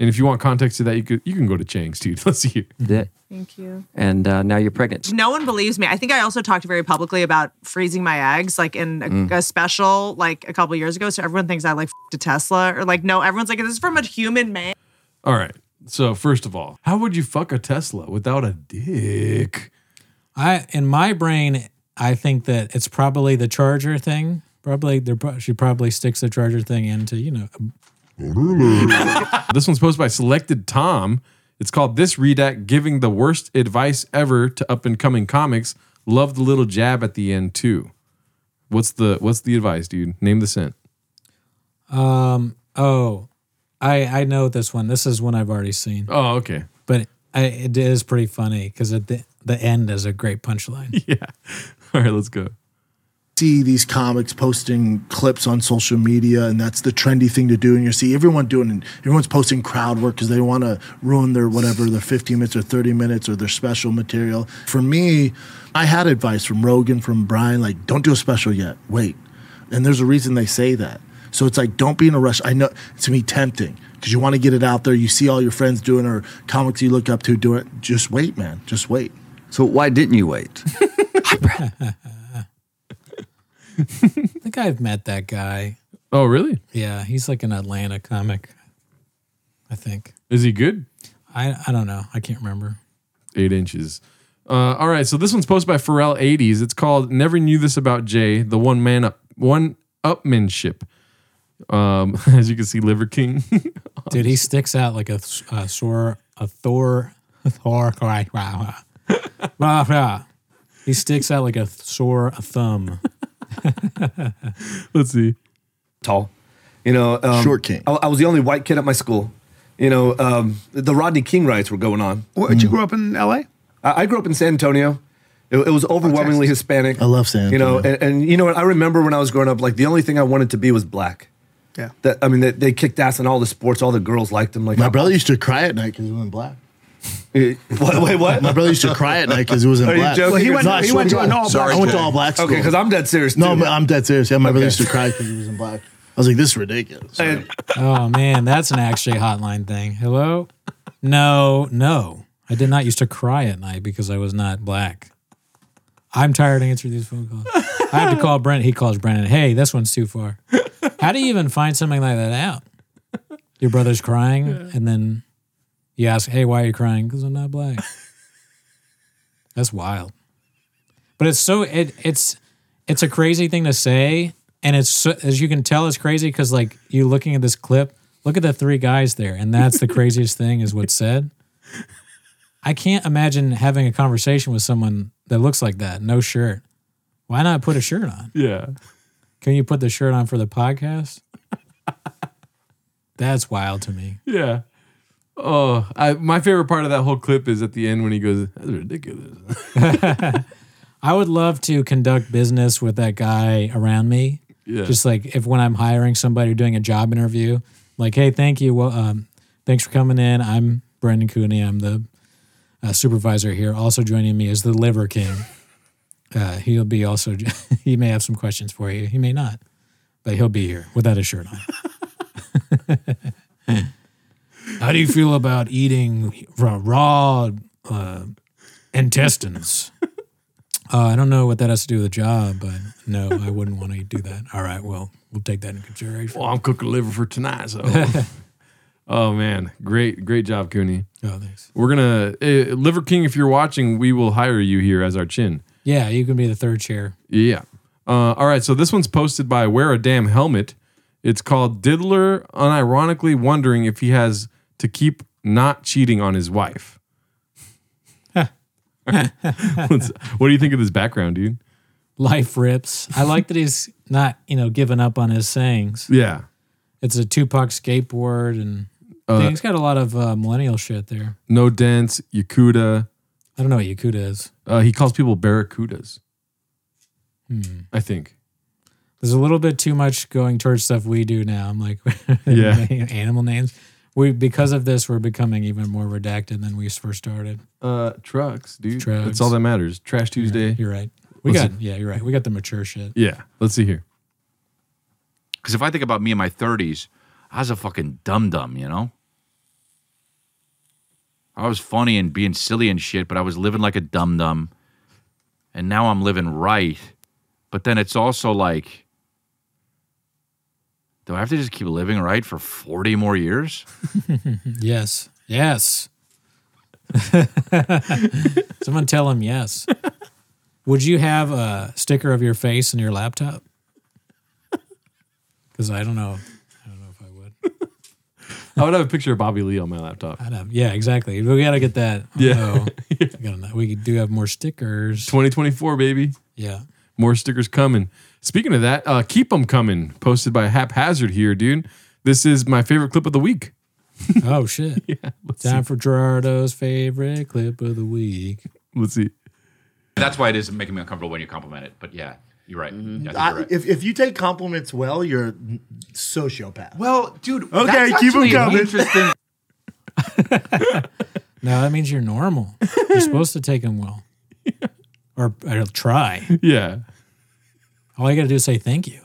Speaker 2: And if you want context to that, you could you can go to Chang's, dude. Let's hear.
Speaker 23: That- Thank you.
Speaker 7: and uh, now you're pregnant.
Speaker 23: No one believes me. I think I also talked very publicly about freezing my eggs, like in a,
Speaker 7: Mm.
Speaker 23: a special, like a couple years ago. So everyone thinks I like f***ed a Tesla, or like, no, everyone's like, this is from a human man.
Speaker 2: All right. So first of all, how would you fuck a Tesla without a dick?
Speaker 1: I in my brain, I think that it's probably the charger thing. Probably they're pro- she probably sticks the charger thing into you know.
Speaker 2: this one's posted by Selected Tom. It's called This Redact Giving the Worst Advice Ever to Up and Coming Comics. Love the little jab at the end too. What's the what's the advice, dude? Name the scent.
Speaker 1: Um. Oh, I I know this one. This is one I've already seen.
Speaker 2: Oh, okay.
Speaker 1: But I, it is pretty funny because at the the end is a great punchline.
Speaker 2: Yeah. All right, let's go.
Speaker 4: see these comics posting clips on social media, and that's the trendy thing to do. And you see everyone doing, and everyone's posting crowd work because they want to ruin their whatever, their 15 minutes or 30 minutes or their special material. For me, I had advice from Rogan, from Brian, like, don't do a special yet. Wait. And there's a reason they say that. So it's like, don't be in a rush. I know it's gonna be tempting because you want to get it out there. You see all your friends doing it or comics you look up to doing it. Just wait, man. Just wait.
Speaker 7: So why didn't you wait?
Speaker 1: I think I've met that guy.
Speaker 2: Oh, really?
Speaker 1: Yeah, he's like an Atlanta comic. I think.
Speaker 2: Is he good?
Speaker 1: I I don't know. I can't remember.
Speaker 2: Eight inches. Uh, all right, so this one's posted by Pharrell '80s. It's called "Never Knew This About Jay: The One Man Up One Upmanship." Um, as you can see, Liver King.
Speaker 1: Dude, he sticks out like a, th- a sore, a Thor, a Thor, rah, rah, rah, rah. He sticks out like a th- sore thumb.
Speaker 2: Let's see.
Speaker 9: Tall. You know, um, short king. I, I was the only white kid at my school. You know, um, the Rodney King riots were going on.
Speaker 18: Did you grow up in L.A.?
Speaker 9: I, I grew up in San Antonio. It, it was overwhelmingly Hispanic.
Speaker 8: I love San
Speaker 9: You know,
Speaker 8: Antonio.
Speaker 9: and, and you know what? I remember when I was growing up, like the only thing I wanted to be was black.
Speaker 18: Yeah.
Speaker 9: That I mean, they, they kicked ass in all the sports. All the girls liked him. Like
Speaker 8: My brother used to cry at night because he went black.
Speaker 9: Eh, what, wait, what?
Speaker 8: My brother used to cry at night because he was in
Speaker 9: Are you
Speaker 8: black.
Speaker 9: joking? Well, he went-
Speaker 8: No, I
Speaker 9: he
Speaker 8: swear
Speaker 9: went to
Speaker 8: God.
Speaker 9: an all-black
Speaker 8: Sorry, I went to
Speaker 9: school.
Speaker 8: all black school.
Speaker 9: Okay, 'cause I'm dead serious,
Speaker 8: No,
Speaker 9: too.
Speaker 8: but I'm dead serious. Yeah, my brother
Speaker 9: Okay.
Speaker 8: used to cry because he was in black. I was like, this is ridiculous.
Speaker 1: oh man, that's an actually hotline thing. Hello? No, no. I did not used to cry at night because I was not black. I'm tired of answering these phone calls. I have to call Brent. He calls Brennan. Hey, this one's too far. How do you even find something like that out? Your brother's crying, and then you ask, "Hey, why are you crying?" Because I'm not black. That's wild. But it's so it it's it's a crazy thing to say, and it's so, as you can tell, it's crazy because like you looking at this clip, look at the three guys there, and that's the craziest thing is what's said. I can't imagine having a conversation with someone that looks like that, no shirt. Why not put a shirt on?
Speaker 2: Yeah.
Speaker 1: Can you put the shirt on for the podcast? That's wild to me.
Speaker 2: Yeah. Oh, I, my favorite part of that whole clip is at the end when he goes, "That's ridiculous."
Speaker 1: I would love to conduct business with that guy around me.
Speaker 2: Yeah.
Speaker 1: Just like if when I'm hiring somebody or doing a job interview, like, hey, thank you. Well, um, thanks for coming in. I'm Brendan Cooney. I'm the uh, supervisor here. Also joining me is the Liver King. Uh, he'll be also, he may have some questions for you. He may not, but he'll be here without a shirt on. How do you feel about eating raw, raw uh, intestines? Uh, I don't know what that has to do with the job, but no, I wouldn't want to do that. All right, well, we'll take that into consideration.
Speaker 2: Well, I'm cooking liver for tonight, so. oh man, great, great job, Cooney.
Speaker 1: Oh, thanks.
Speaker 2: We're gonna uh, Liver King. If you're watching, we will hire you here as our chin.
Speaker 1: Yeah, you can be the third chair.
Speaker 2: Yeah. Uh, all right. So this one's posted by Wear a Damn Helmet. It's called Diddler Unironically Wondering if he has to keep not cheating on his wife. What's- what do you think of this background, dude?
Speaker 1: Life rips. I like that he's not, you know, giving up on his sayings.
Speaker 2: Yeah.
Speaker 1: It's a Tupac skateboard, and
Speaker 2: Uh,
Speaker 1: he's got a lot of uh, millennial shit there.
Speaker 2: No dents, Yakuta.
Speaker 1: I don't know what Yakuta is.
Speaker 2: Uh, he calls people barracudas,
Speaker 1: Hmm.
Speaker 2: I think.
Speaker 1: There's a little bit too much going towards stuff we do now. I'm like,
Speaker 2: Yeah.
Speaker 1: animal names. We because of this, we're becoming even more redacted than we first started.
Speaker 2: Uh, trucks, dude.
Speaker 1: Drugs.
Speaker 2: That's all that matters. Trash Tuesday.
Speaker 1: You're right. We
Speaker 2: Let's
Speaker 1: got
Speaker 2: see-
Speaker 1: yeah, you're right. We got the mature shit.
Speaker 2: Yeah. Let's see here.
Speaker 24: Because if I think about me in my 30s, I was a fucking dum dum, you know? I was funny and being silly and shit, but I was living like a dum dum. And now I'm living right. But then it's also like, do I have to just keep living right for 40 more years?
Speaker 1: yes. Yes. Someone tell him yes. Would you have a sticker of your face in your laptop? Because I don't know.
Speaker 2: I would have a picture of Bobby Lee on my laptop.
Speaker 1: I'd have, yeah, exactly. We got to get that.
Speaker 2: Yeah.
Speaker 1: Oh, we gotta- we do have more stickers.
Speaker 2: 2024, baby.
Speaker 1: Yeah.
Speaker 2: More stickers coming. Speaking of that, uh, keep them coming. Posted by Haphazard here, dude. This is my favorite clip of the week.
Speaker 1: Oh, shit. Time for Gerardo's favorite clip of the week.
Speaker 2: Let's see.
Speaker 24: That's why it is making me uncomfortable when you compliment it. But yeah, you're right. Yeah, Mm-hmm. I think you're
Speaker 8: I,
Speaker 24: right.
Speaker 8: if, if you take compliments well, you're a sociopath.
Speaker 24: Well, dude.
Speaker 8: Okay,
Speaker 24: that's
Speaker 8: keep 'em
Speaker 24: actually an
Speaker 8: coming.
Speaker 24: Interesting.
Speaker 1: No, that means you're normal. You're supposed to take them well, or, or try.
Speaker 2: Yeah.
Speaker 1: All you got to do is say thank you.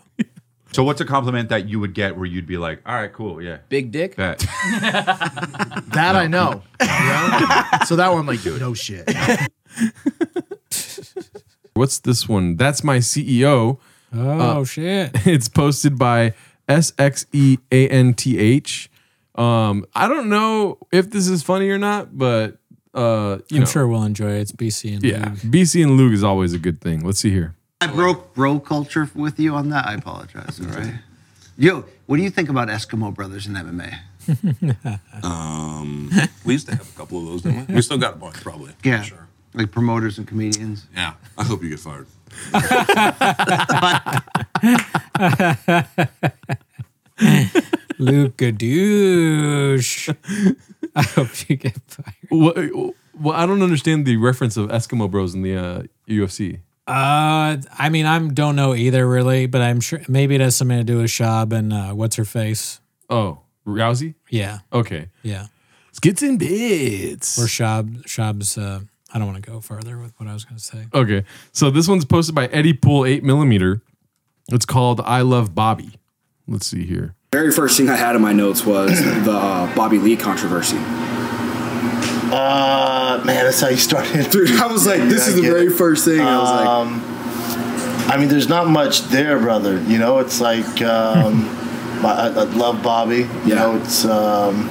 Speaker 24: So what's a compliment that you would get where you'd be like, all right, cool, yeah. Big dick? Bet.
Speaker 8: That I know. You know? so that one, I'm like, no shit.
Speaker 2: What's this one? That's my CEO.
Speaker 1: Oh, shit.
Speaker 2: Uh, It's posted by E SXEANTH. Um, I don't know if this is funny or not, but uh, you
Speaker 1: I'm
Speaker 2: know,
Speaker 1: sure we'll enjoy it. It's BC and
Speaker 2: yeah, BC and Luke is always a good thing. Let's see here.
Speaker 12: I broke bro culture with you on that. I apologize. All right. Yo, what do you think about Eskimo brothers in MMA?
Speaker 25: Um, we used to have a couple of those, didn't we? We still got a bunch, probably.
Speaker 12: Yeah. Like promoters and comedians.
Speaker 25: Yeah. I hope you get fired.
Speaker 1: Luca douche. I hope you get fired.
Speaker 2: Well, well, I don't understand the reference of Eskimo Bros in the uh, UFC.
Speaker 1: Uh, I mean, I don't know either really, but I'm sure maybe it has something to do with Shab and uh, what's her face.
Speaker 2: Oh, Rousey.
Speaker 1: Yeah,
Speaker 2: Okay.
Speaker 1: yeah.
Speaker 2: Skits and bits.
Speaker 1: Or Shab. Shab's. Uh, I don't want to go further with what I was going to say.
Speaker 2: Okay. So this one's posted by Eddie Pool 8 millimeter. It's called I Love Bobby. Let's see here.
Speaker 5: Very first thing I had in my notes was the uh, Bobby Lee controversy.
Speaker 4: Uh, man, that's how you started.
Speaker 5: Dude, I was like, this is the very first thing. I was like-
Speaker 4: Um, I mean, there's not much there, brother. You know, it's like, um, I, I I love Bobby. You know, it's, um,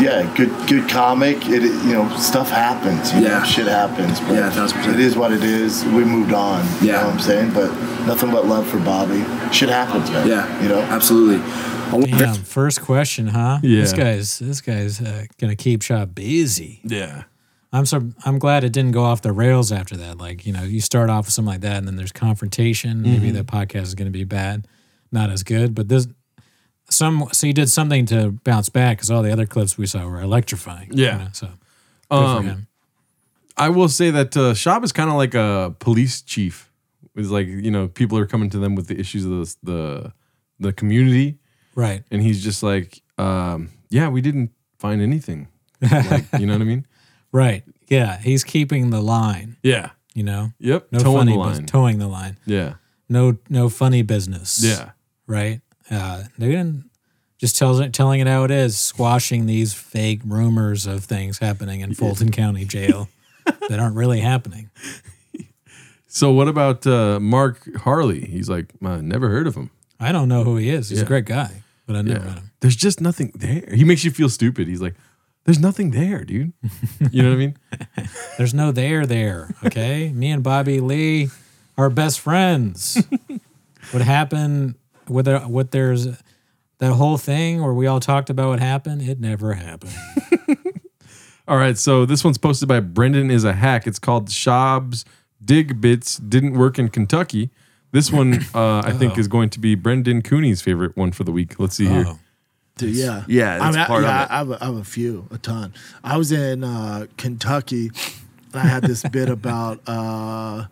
Speaker 4: yeah, good, good comic. It, it- you know, stuff happens. You know, shit happens. But yeah, it is what it is. We moved on. You know what I'm saying? But nothing but love for Bobby. Shit happens, man.
Speaker 5: Yeah,
Speaker 4: you know,
Speaker 5: absolutely.
Speaker 1: Damn. First question, huh?
Speaker 2: Yeah.
Speaker 1: This guy's this guy's uh, going to keep Shab busy.
Speaker 2: Yeah.
Speaker 1: I'm so I'm glad it didn't go off the rails after that. Like you know, you start off with something like that, and then there's confrontation. Maybe
Speaker 2: Mm-hmm.
Speaker 26: Mhm.
Speaker 1: the podcast is going to be bad, not as good. But this some so you did something to bounce back because all the other clips we saw were electrifying. you
Speaker 2: Yeah.
Speaker 1: know, so good
Speaker 2: Um,
Speaker 1: for him.
Speaker 2: I will say that uh, Shab is kind of like a police chief. It's like you know people are coming to them with the issues of the the, the community,
Speaker 1: Right.
Speaker 2: And he's just like, um, yeah, we didn't find anything. Like, you know what I mean?
Speaker 1: Right. Yeah. He's keeping the line.
Speaker 2: Yeah.
Speaker 1: You know.
Speaker 2: Yep.
Speaker 1: No
Speaker 2: Towing
Speaker 1: funny
Speaker 2: the
Speaker 1: bus-
Speaker 2: line.
Speaker 1: towing the line.
Speaker 2: Yeah.
Speaker 1: No. No funny business.
Speaker 2: Yeah.
Speaker 1: Right. Uh, they didn't just tells it telling it how it is, squashing these fake rumors of things happening in Fulton County Jail that aren't really happening.
Speaker 2: So what about uh, Mark Harley? He's like, "Uh, never heard of him.
Speaker 1: I don't know who he is. He's
Speaker 2: Yeah.
Speaker 1: a great guy, but I never
Speaker 2: Yeah.
Speaker 1: met him.
Speaker 2: There's just nothing there. He makes you feel stupid. He's like, there's nothing there, dude. You know what I mean?
Speaker 1: There's no there there. Okay. Me and Bobby Lee are best friends. what happened? What there? What there's that whole thing where we all talked about what happened? It never happened.
Speaker 2: All right, so this one's posted by Brendan is a hack. It's called Shab's Dig Bits Didn't Work in Kentucky. This one uh, I think
Speaker 25: Oh.
Speaker 2: is going to be Brendan Cooney's favorite one for the week. Let's see here.
Speaker 25: Dude, yeah,
Speaker 2: Yeah, that's
Speaker 25: I mean, I-
Speaker 2: part of
Speaker 25: yeah,
Speaker 2: it.
Speaker 25: I,
Speaker 20: I have, a, I have a few, a ton. I was in uh, Kentucky, and I had this bit about uh,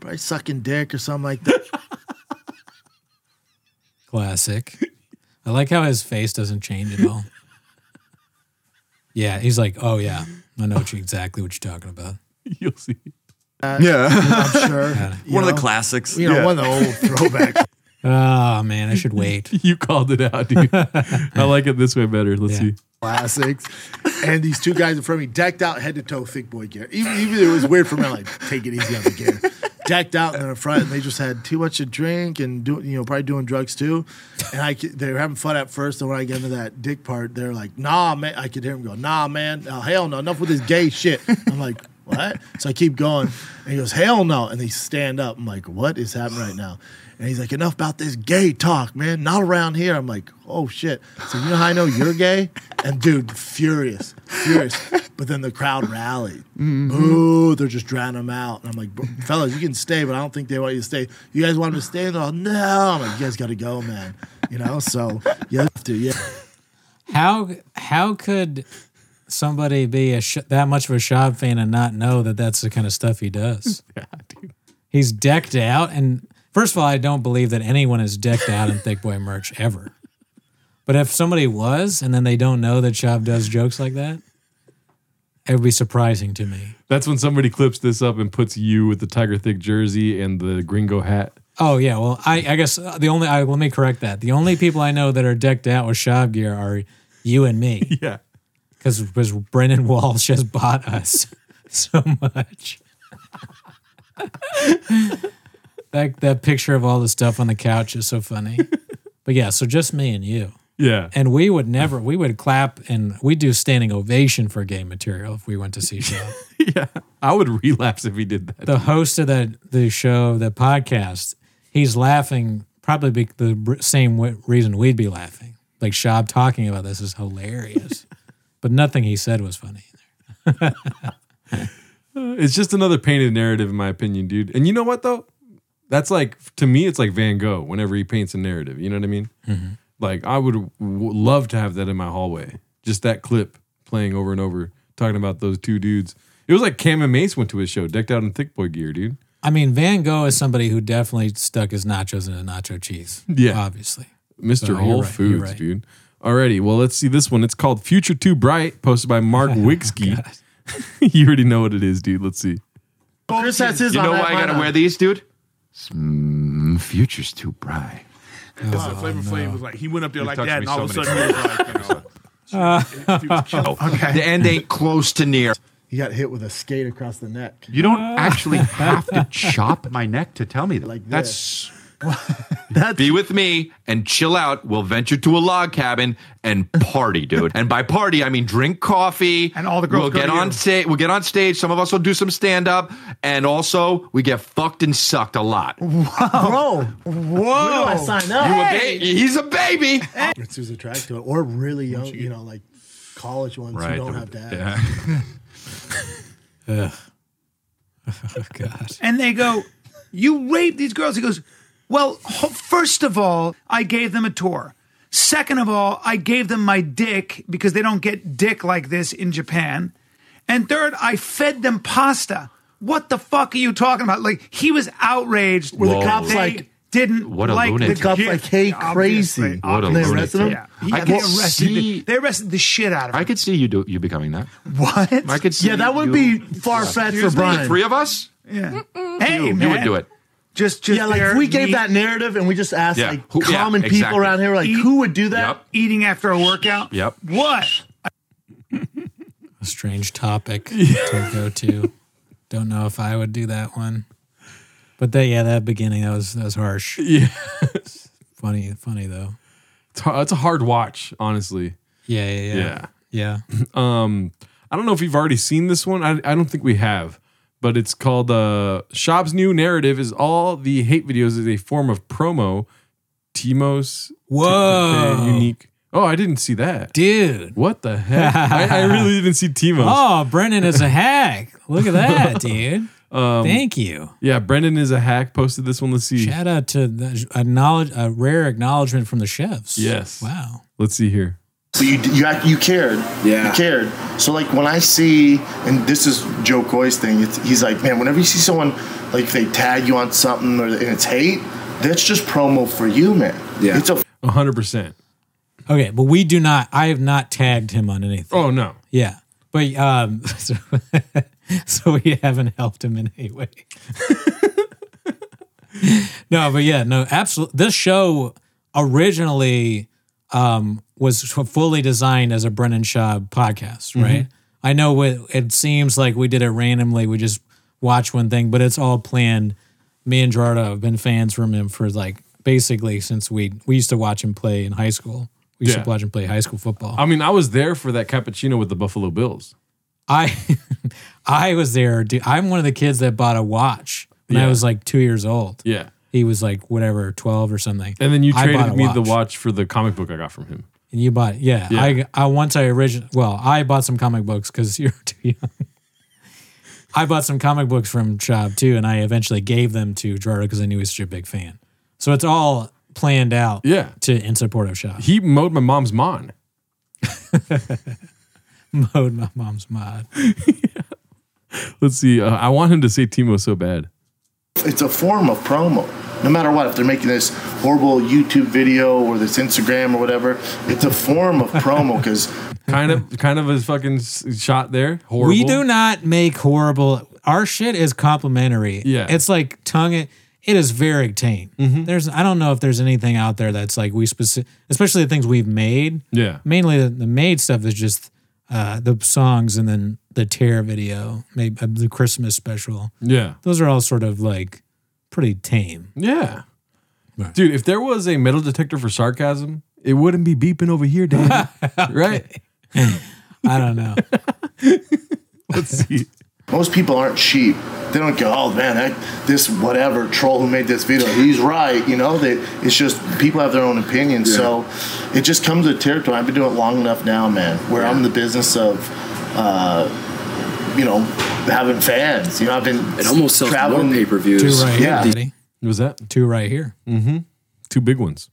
Speaker 20: probably sucking dick or something like that.
Speaker 1: Classic. I like how his face doesn't change at all. Yeah, he's like, oh yeah, I know what you, exactly what you're talking about.
Speaker 2: You'll see.
Speaker 20: Uh,
Speaker 1: Yeah.
Speaker 20: I'm sure. you know. You know, one of the old throwbacks.
Speaker 1: Oh man, I should wait.
Speaker 2: you called it out, dude. I like it this way better. Let's see.
Speaker 20: classics. And these two guys in front of me, decked out head to toe, thick boy gear. Even, even it was weird for me, like take it easy on the gear. Decked out and then in front, and they just had too much to drink and doing, you know, probably doing drugs too. And I, c- they were having fun at first. And when I get into that dick part, they're like, "Nah, man," I could hear him go, "Nah, man, oh, hell no, enough with this gay shit." I'm like, "What?" So I keep going, and he goes, "Hell no!" And they stand up. I'm like, "What is happening right now?" And he's like, "Enough about this gay talk, man. Not around here." I'm like, "Oh shit!" So you know how I know you're gay? And dude, furious, furious. But then the crowd rallied.
Speaker 27: Mhm.
Speaker 24: Mm-hmm.
Speaker 12: Mm-hmm.
Speaker 20: Boo! They're just drowning them out. And I'm like, "Bro, fellas, you can stay, but I don't think they want you to stay. You guys want them to stay? And they're all, no. I'm like, you guys got to go, man. You know, so you have to, yeah.
Speaker 1: How how could somebody be a sh- that much of a Shab fan and not know that that's the kind of stuff he does? He's decked out, and first of all, I don't believe that anyone is decked out in Thick Boy merch ever. But if somebody was, and then they don't know that Shab does jokes like that, it would be surprising to me.
Speaker 2: That's when somebody clips this up and puts you with the Tiger Thick jersey and the gringo hat.
Speaker 1: Oh yeah, well I, I guess uh, the only I let me correct that. The only people I know that are decked out with Shab gear are you and me.
Speaker 2: Yeah.
Speaker 1: Because because Brennan Walsh has bought us so much. that that picture of all the stuff on the couch is so funny. But yeah, so just me and you.
Speaker 2: Yeah.
Speaker 1: And we would never, we would clap and we do standing ovation for gay material if we went to see a show.
Speaker 2: I would relapse if he did that.
Speaker 1: the host of that the show, the podcast, he's laughing probably be the br- same w- reason we'd be laughing. Like Shab talking about this is hilarious, but nothing he said was funny.
Speaker 2: Uh, It's just another painted narrative, in my opinion, dude. And you know what though? That's like to me, it's like Van Gogh. Whenever he paints a narrative, you know what I mean?
Speaker 1: Mhm.
Speaker 2: Like I would w- love to have that in my hallway. Just that clip playing over and over, talking about those two dudes. It was like Cam and Mace went to his show, decked out in thick boy gear, dude.
Speaker 1: I mean, Van Gogh is somebody who definitely stuck his nachos into nacho cheese.
Speaker 2: Yeah.
Speaker 1: obviously,
Speaker 2: Mr.
Speaker 1: So you're
Speaker 2: Whole
Speaker 1: right, you're
Speaker 2: Foods,
Speaker 1: right.
Speaker 2: dude. Alrighty, well, let's see this one. It's called Future Too Bright, posted by Mark
Speaker 1: Oh
Speaker 2: Wigsky. you already know what it is, dude. Let's see.
Speaker 19: Chris has his
Speaker 24: You
Speaker 19: on
Speaker 24: know
Speaker 19: that
Speaker 24: why I gotta
Speaker 19: lineup.
Speaker 24: wear these, dude? Mm, future's too bright.
Speaker 18: That's the Flavor Flav was like he went up there
Speaker 24: You
Speaker 18: like
Speaker 24: touched
Speaker 18: that,
Speaker 24: me
Speaker 18: and all of a
Speaker 24: so
Speaker 18: sudden
Speaker 24: many
Speaker 18: he was like,
Speaker 4: Uh,
Speaker 19: Okay. The end ain't close to near.
Speaker 4: He got hit with a skate across the neck.
Speaker 24: You don't actually have to chop my neck to tell me that.
Speaker 4: Like
Speaker 24: That's. Be with me and chill out. We'll venture to a log cabin and party, dude. and by party, I mean drink coffee. And all the
Speaker 19: girls
Speaker 24: We'll
Speaker 19: go
Speaker 24: get
Speaker 19: to
Speaker 24: on
Speaker 19: you.
Speaker 24: stage. We'll get on stage. Some of us will do some stand up, and also we get fucked and sucked a lot.
Speaker 4: Whoa. Whoa. Where do I sign
Speaker 24: Oh,
Speaker 4: up?
Speaker 24: You a ba- he's a baby.
Speaker 4: It's who's attracted to it. Or really young, you know, like college ones
Speaker 24: Right,
Speaker 4: who don't
Speaker 24: the-
Speaker 4: have dads.
Speaker 1: Oh God.
Speaker 3: And they go, You raped these girls. He goes, Well, ho- first of all, I gave them a tour. Second of all, I gave them my dick because they don't get dick like this in Japan. And third, I fed them pasta. What the fuck are you talking about? Like, he was outraged.
Speaker 4: Were the
Speaker 24: Whoa.
Speaker 4: cops
Speaker 3: They
Speaker 4: like-
Speaker 3: didn't
Speaker 24: What a
Speaker 3: like
Speaker 24: lunatic.
Speaker 3: the
Speaker 24: The cops
Speaker 3: kid.
Speaker 4: like, hey,
Speaker 3: Obviously.
Speaker 4: crazy. What a
Speaker 3: Obviously.
Speaker 4: lunatic.
Speaker 3: Yeah.
Speaker 24: I
Speaker 3: Yeah,
Speaker 24: could
Speaker 3: they, arrested
Speaker 24: see-
Speaker 3: the, they arrested the shit out of him.
Speaker 24: I could see you do you becoming that.
Speaker 3: What?
Speaker 24: I could see.
Speaker 3: Yeah, that would
Speaker 24: you-
Speaker 3: be far-fetched
Speaker 24: Excuse
Speaker 3: for
Speaker 24: me,
Speaker 3: Brian.
Speaker 24: The three of us.
Speaker 3: Yeah. Hey,
Speaker 24: you,
Speaker 3: man.
Speaker 24: you would do it.
Speaker 3: Just, just
Speaker 4: yeah, like
Speaker 3: their
Speaker 4: if we gave
Speaker 3: meat-
Speaker 4: that narrative and we just asked
Speaker 24: Yeah.
Speaker 4: like
Speaker 24: Who- yeah,
Speaker 4: common
Speaker 24: exactly.
Speaker 4: people around here, like who would do that?
Speaker 3: eating after a workout.
Speaker 24: Yep.
Speaker 3: What?
Speaker 1: a strange topic to go to. Don't know if I would do that one. But that yeah, that beginning that was that was harsh.
Speaker 2: Yeah.
Speaker 1: funny, funny though.
Speaker 2: It's har- it's a hard watch, honestly.
Speaker 1: Yeah, yeah, yeah. Yeah.
Speaker 2: Um, I don't know if you've already seen this one. I, I don't think we have, but it's called uh, Shop's new narrative is all the hate videos is a form of promo. Timos.
Speaker 1: Whoa.
Speaker 2: Timothy, unique. Oh, I didn't see that.
Speaker 1: Dude.
Speaker 2: What the heck? I, I really didn't see Timos.
Speaker 1: Oh, Brendan is a hack. Look at that, dude.
Speaker 2: Um,
Speaker 1: Thank you.
Speaker 2: Yeah, Brendan is a hack. Posted this one. Let's see.
Speaker 1: Shout out to the acknowledge a rare acknowledgement from the chefs.
Speaker 2: Yes.
Speaker 1: Wow.
Speaker 2: Let's see here.
Speaker 4: But you you act, you cared.
Speaker 1: Yeah.
Speaker 4: You cared. So like when I see, and this is Joe Coy's thing. It's, he's like, man, whenever you see someone like they tag you on something or and it's hate, that's just promo for you, man. Yeah. It's a
Speaker 2: hundred percent.
Speaker 1: Okay, but we do not I have not tagged him on anything.
Speaker 2: Oh no.
Speaker 1: Yeah. But um so, so we haven't helped him in any way. no, but yeah, no, absolutely. This show originally um was fully designed as a Brennan Shaw
Speaker 2: Mm-hmm.
Speaker 1: podcast, right? I know what it seems like we did it randomly. We just watch one thing, but it's all planned. Me and Gerardo have been fans from him for like basically since we we used to watch him play in high school. We used
Speaker 2: Yeah.
Speaker 1: to watch him play high school football.
Speaker 2: I mean, I was there for that cappuccino with the Buffalo Bills.
Speaker 1: I I was there. Dude, I'm one of the kids that bought a watch when I
Speaker 2: Yeah.
Speaker 1: was like two years old.
Speaker 2: Yeah.
Speaker 1: He was like whatever twelve or something.
Speaker 2: And then you
Speaker 1: I bought
Speaker 2: traded
Speaker 1: a
Speaker 2: me the watch for the comic book I got from him.
Speaker 1: And you bought yeah.
Speaker 2: Yeah.
Speaker 1: I I once I originally well I bought some comic books because you're too young. I bought some comic books from Chop too, and I eventually gave them to Gerardo because I knew he was such a big fan. So it's all planned out.
Speaker 2: Yeah.
Speaker 1: To in support of Chop.
Speaker 2: He mowed my mom's lawn.
Speaker 1: Mowed my mom's mod.
Speaker 2: Let's see. Uh, I want him to say Timo so bad.
Speaker 4: it's a form of promo. No matter what, if they're making this horrible YouTube video or this Instagram or whatever, it's a form of promo because
Speaker 2: Kind of, kind of a fucking s- shot there. Horrible.
Speaker 1: We do not make horrible. Our shit is complimentary.
Speaker 2: Yeah. Mm-hmm.
Speaker 1: it's like tongue. It is very tame. There's I don't know if there's anything out there that's like we specific, especially the things we've made.
Speaker 2: Yeah.
Speaker 1: mainly the, the made stuff is just uh, the songs and then the tear video, maybe uh, the Christmas special.
Speaker 2: Yeah.
Speaker 1: Those are all sort of like pretty tame.
Speaker 2: Yeah. Dude, if there was a metal detector for sarcasm, It wouldn't be beeping over here, Daddy. right?
Speaker 1: I don't know.
Speaker 2: Let's see.
Speaker 4: Most people aren't sheep. They don't go, oh man, that this whatever troll who made this video, he's right. You know, they, it's just people have their own opinions. So it just comes with territory. I've been doing it long enough now, man, where I'm in the business of, uh, you know, having fans. You know, I've been
Speaker 5: It almost sells
Speaker 4: traveling
Speaker 5: more pay-per-views.
Speaker 1: Two right
Speaker 4: yeah.
Speaker 1: here, buddy.
Speaker 2: Was that?
Speaker 1: Two right here. Mm-hmm.
Speaker 2: Mm-hmm. Two big ones.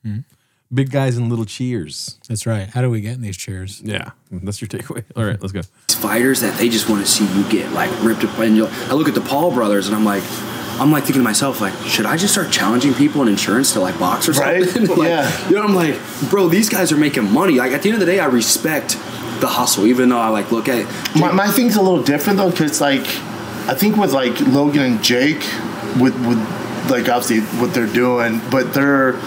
Speaker 2: Big guys and little cheers.
Speaker 1: That's right. How do we get in these chairs?
Speaker 2: Yeah. That's your takeaway. All right, let's go.
Speaker 5: It's fighters that they just want to see you get like ripped apart. And you'll- I look at the Paul brothers and I'm like, I'm like thinking to myself, like, should I just start challenging people in insurance to like box or
Speaker 4: Right?
Speaker 5: something? Like,
Speaker 4: Yeah.
Speaker 5: You know, I'm like, bro, these guys are making money. Like at the end of the day, I respect the hustle, even though I like look at it.
Speaker 4: My, my thing's a little different though, because like, I think with like Logan and Jake, with with like obviously what they're doing, but they're.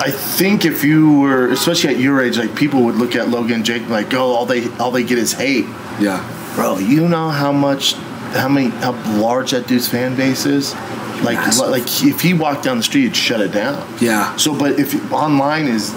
Speaker 4: I think if you were, especially at your age, like people would look at Logan and Jake and be like, "Oh, all they all they get is hate."
Speaker 5: Yeah.
Speaker 4: Bro, you know how much, how many, how large that dude's fan base is. Like,
Speaker 5: Massive.
Speaker 4: like if he walked down the street, it'd shut it down.
Speaker 5: Yeah.
Speaker 4: So, but if online is,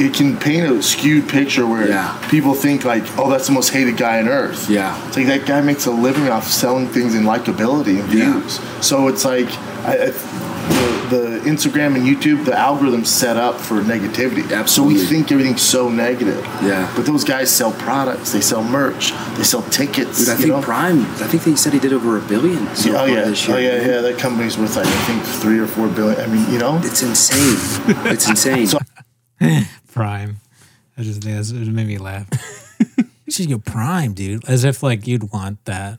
Speaker 4: it can paint a skewed picture where people think like, oh, that's the most hated guy on earth.
Speaker 5: Yeah.
Speaker 4: It's like that guy makes a living off selling things in likability and views. So it's like I, I, the, the Instagram and YouTube, the algorithm's set up for negativity. Absolutely. So we think everything's so negative.
Speaker 5: Yeah.
Speaker 4: But those guys sell products. They sell merch. They sell tickets.
Speaker 5: Dude, I
Speaker 4: you
Speaker 5: think
Speaker 4: know?
Speaker 5: Prime. I think they said he did over a billion. So
Speaker 4: Yeah, oh
Speaker 5: far
Speaker 4: yeah,
Speaker 5: This year,
Speaker 4: oh yeah,
Speaker 5: man.
Speaker 4: yeah. That company's worth like I think three or four billion. I mean, you know,
Speaker 5: it's insane. It's insane.
Speaker 4: so
Speaker 1: Prime. I just think that's, it made me laugh. She's go prime, dude. As if like you'd want that.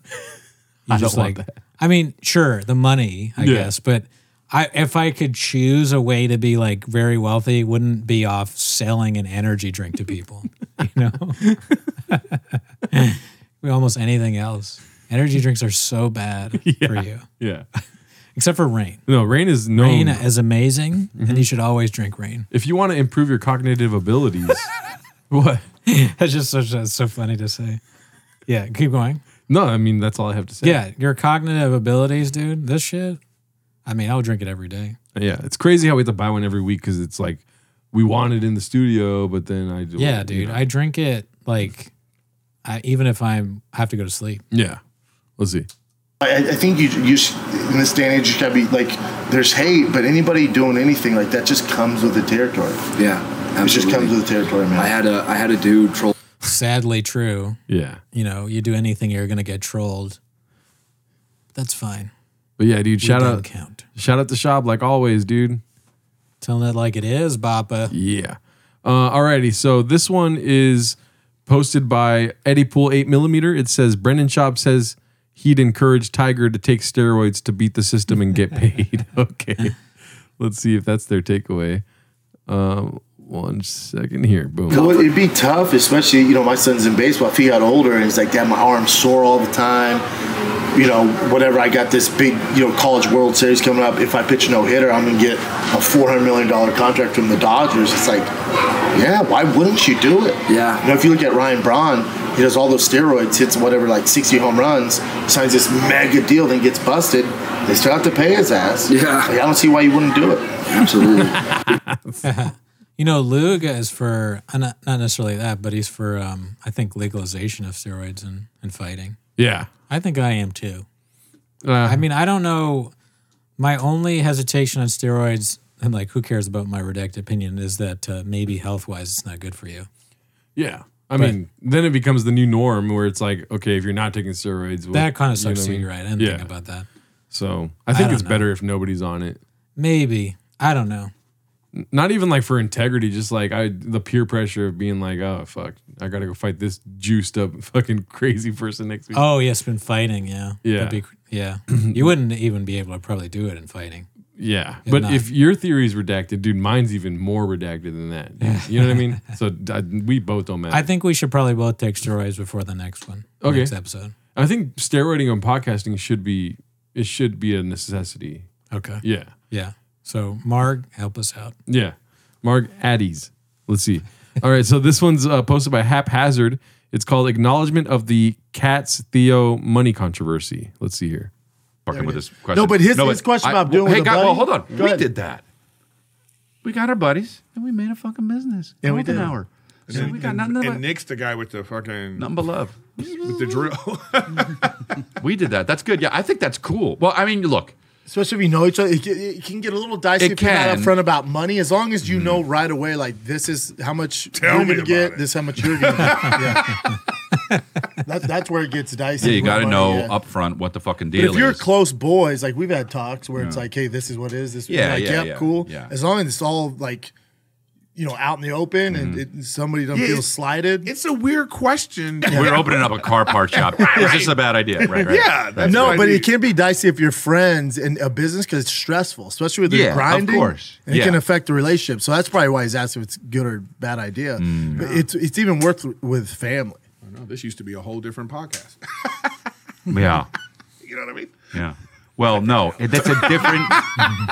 Speaker 1: You
Speaker 2: I don't want
Speaker 1: like, I mean, sure, the money, I
Speaker 2: Yeah.
Speaker 1: guess, but I if I could choose a way to be like very wealthy, it wouldn't be off selling an energy drink to people. you know, almost anything else. Energy drinks are so bad for you,
Speaker 2: Yeah.
Speaker 1: except for rain.
Speaker 2: No, Mm-hmm. rain is known.
Speaker 1: Rain is amazing, and you should always drink rain.
Speaker 2: If you want to improve your cognitive abilities, what?
Speaker 1: That's just such that's so funny to say. Yeah, keep going.
Speaker 2: No, I mean that's all I have to say.
Speaker 1: Yeah, your cognitive abilities, dude. This shit. I mean, I would drink it every day.
Speaker 2: yeah. It's crazy how we have to buy one every week because it's like we want it in the studio, but then I do.
Speaker 1: yeah, dude. I drink it like, I, even if I'm I have to go to sleep.
Speaker 2: Yeah. Let's see.
Speaker 4: I, I think you you sh- in this day and age you gotta be like, there's hate, but anybody doing anything like that just comes with the territory.
Speaker 5: Yeah,
Speaker 4: it just
Speaker 5: absolutely.
Speaker 4: comes with the territory, man.
Speaker 5: I had a I had a dude troll.
Speaker 1: Sadly, true.
Speaker 2: Yeah.
Speaker 1: You know, you do anything, you're gonna get trolled. That's fine.
Speaker 2: But yeah, dude.
Speaker 1: We
Speaker 2: Shout
Speaker 1: don't
Speaker 2: out. Shout out to shop like always, dude.
Speaker 1: Telling it like it is, Bappa.
Speaker 2: Yeah. Uh, alrighty. So this one is posted by Eddie Pool 8 millimeter. It says Brendan Shop says he'd encourage Tiger to take steroids to beat the system and get paid. okay. Let's see if that's their takeaway. Um, one second here. Boom.
Speaker 4: It would- it'd be tough, especially you know my son's in baseball. If he got older and he's like, "Dad, my arm's sore all the time," you know, whatever. I got this big you know college World Series coming up. If I pitch a no hitter, I'm gonna get a four hundred million dollar contract from the Dodgers. It's like, yeah, why wouldn't you do it? Yeah. You know, if you look at Ryan Braun, he does all those steroids, hits whatever like sixty home runs, signs this mega deal, then gets busted. They still have to pay his ass. Yeah. Like, I don't see why you wouldn't do it.
Speaker 5: Absolutely.
Speaker 1: you know, Lug is for uh, not not necessarily that, but he's for um, I think legalization of steroids and, and fighting.
Speaker 2: Yeah. Uh-huh.
Speaker 1: I think I am too. I mean, I don't know. My only hesitation on steroids, and like, who cares about my redacted opinion, is that uh, maybe health wise, it's not good for you.
Speaker 2: Yeah. I
Speaker 1: But-
Speaker 2: mean, then it becomes the new norm where it's like, okay, if you're not taking steroids, well,
Speaker 1: That kinda
Speaker 2: you know
Speaker 1: sucks
Speaker 2: what
Speaker 1: too,
Speaker 2: I mean?
Speaker 1: you're right. I didn't think about that.
Speaker 2: So
Speaker 1: I
Speaker 2: I think
Speaker 1: don't
Speaker 2: it's
Speaker 1: know.
Speaker 2: better if nobody's on it.
Speaker 1: Maybe. I don't know.
Speaker 2: N- Not even like for integrity, just like I the peer pressure of being like, oh fuck, I gotta go fight this juiced up fucking crazy person next week.
Speaker 1: Oh, yeah, it's been fighting. Yeah.
Speaker 2: Yeah.
Speaker 1: That'd Be, cr- yeah. you wouldn't even be able to probably do it in fighting.
Speaker 2: Yeah,
Speaker 1: If
Speaker 2: but
Speaker 1: not.
Speaker 2: if your theory is redacted, dude, mine's even more redacted than that. dude. You know what I mean? So d- I- we both don't matter.
Speaker 1: I think we should probably both take steroids before the next one. the
Speaker 2: okay.
Speaker 1: Next episode.
Speaker 2: I think steroiding on podcasting should be it should be a necessity.
Speaker 1: Okay.
Speaker 2: Yeah.
Speaker 1: Yeah. So, Marg, help us out.
Speaker 2: Yeah. Mark Addies. Let's see. All right. So this one's uh, posted by Haphazard. It's called Acknowledgement of the Cats Theo Money Controversy. Let's see here.
Speaker 24: Fucking with this
Speaker 2: question.
Speaker 24: question.
Speaker 2: No, but his- his question about doing
Speaker 24: Hey,
Speaker 2: with a
Speaker 24: guy, well,
Speaker 2: buddy-
Speaker 24: hold on.
Speaker 2: Go
Speaker 24: we
Speaker 2: ahead.
Speaker 24: did that. we got our buddies and we made a fucking business.
Speaker 19: Yeah, we
Speaker 24: Half an
Speaker 19: did.
Speaker 24: hour.
Speaker 26: And,
Speaker 24: So
Speaker 26: then-
Speaker 24: we got
Speaker 26: and-
Speaker 24: nothing
Speaker 26: and
Speaker 24: but-
Speaker 26: Nick's the guy with the fucking
Speaker 24: Nothing but love.
Speaker 26: with the drill.
Speaker 24: we did that. That's good. Yeah, I think that's cool. Well, I mean, look,
Speaker 4: Especially if you know each other, it, it- it can get a little dicey
Speaker 24: It
Speaker 4: if you're not
Speaker 24: can.
Speaker 4: upfront about money. As long as you know right away, like this is how much
Speaker 20: Mm-hmm. Tell
Speaker 4: you're
Speaker 20: me
Speaker 4: gonna
Speaker 20: about
Speaker 4: get, this is how much you're gonna get. yeah. that, that's where it gets dicey.
Speaker 24: yeah, you
Speaker 4: with
Speaker 24: got to
Speaker 4: money,
Speaker 24: know
Speaker 4: yeah.
Speaker 24: up upfront what the fucking
Speaker 4: But
Speaker 24: deal
Speaker 4: if you're
Speaker 24: is.
Speaker 4: close boys, like we've had talks where it's
Speaker 24: Yeah.
Speaker 4: like, hey, this is what it is. This,
Speaker 24: Yeah,
Speaker 4: like,
Speaker 24: yeah,
Speaker 4: yep,
Speaker 24: yeah,
Speaker 4: cool.
Speaker 24: yeah.
Speaker 4: As long as it's all like, you know, out in the open
Speaker 24: Mm-hmm.
Speaker 4: and it, somebody doesn't
Speaker 20: Yeah,
Speaker 4: feel
Speaker 20: it's-
Speaker 4: slighted.
Speaker 20: It's a weird question.
Speaker 24: We're opening up a car part shop. Is this a bad idea? Right, right.
Speaker 4: no, but it can be dicey if you're friends and a business because it's stressful, especially with the
Speaker 24: Yeah, of
Speaker 4: grinding.
Speaker 24: course.
Speaker 4: and it can
Speaker 24: Yeah.
Speaker 4: affect the relationship. So that's probably why he's asked if it's good or bad idea.
Speaker 24: Mm.
Speaker 4: But it's it's even worth with family.
Speaker 26: I know, this used to be a whole different podcast.
Speaker 24: Yeah,
Speaker 26: You know what I mean?
Speaker 24: yeah. Well, no, it- that's a different.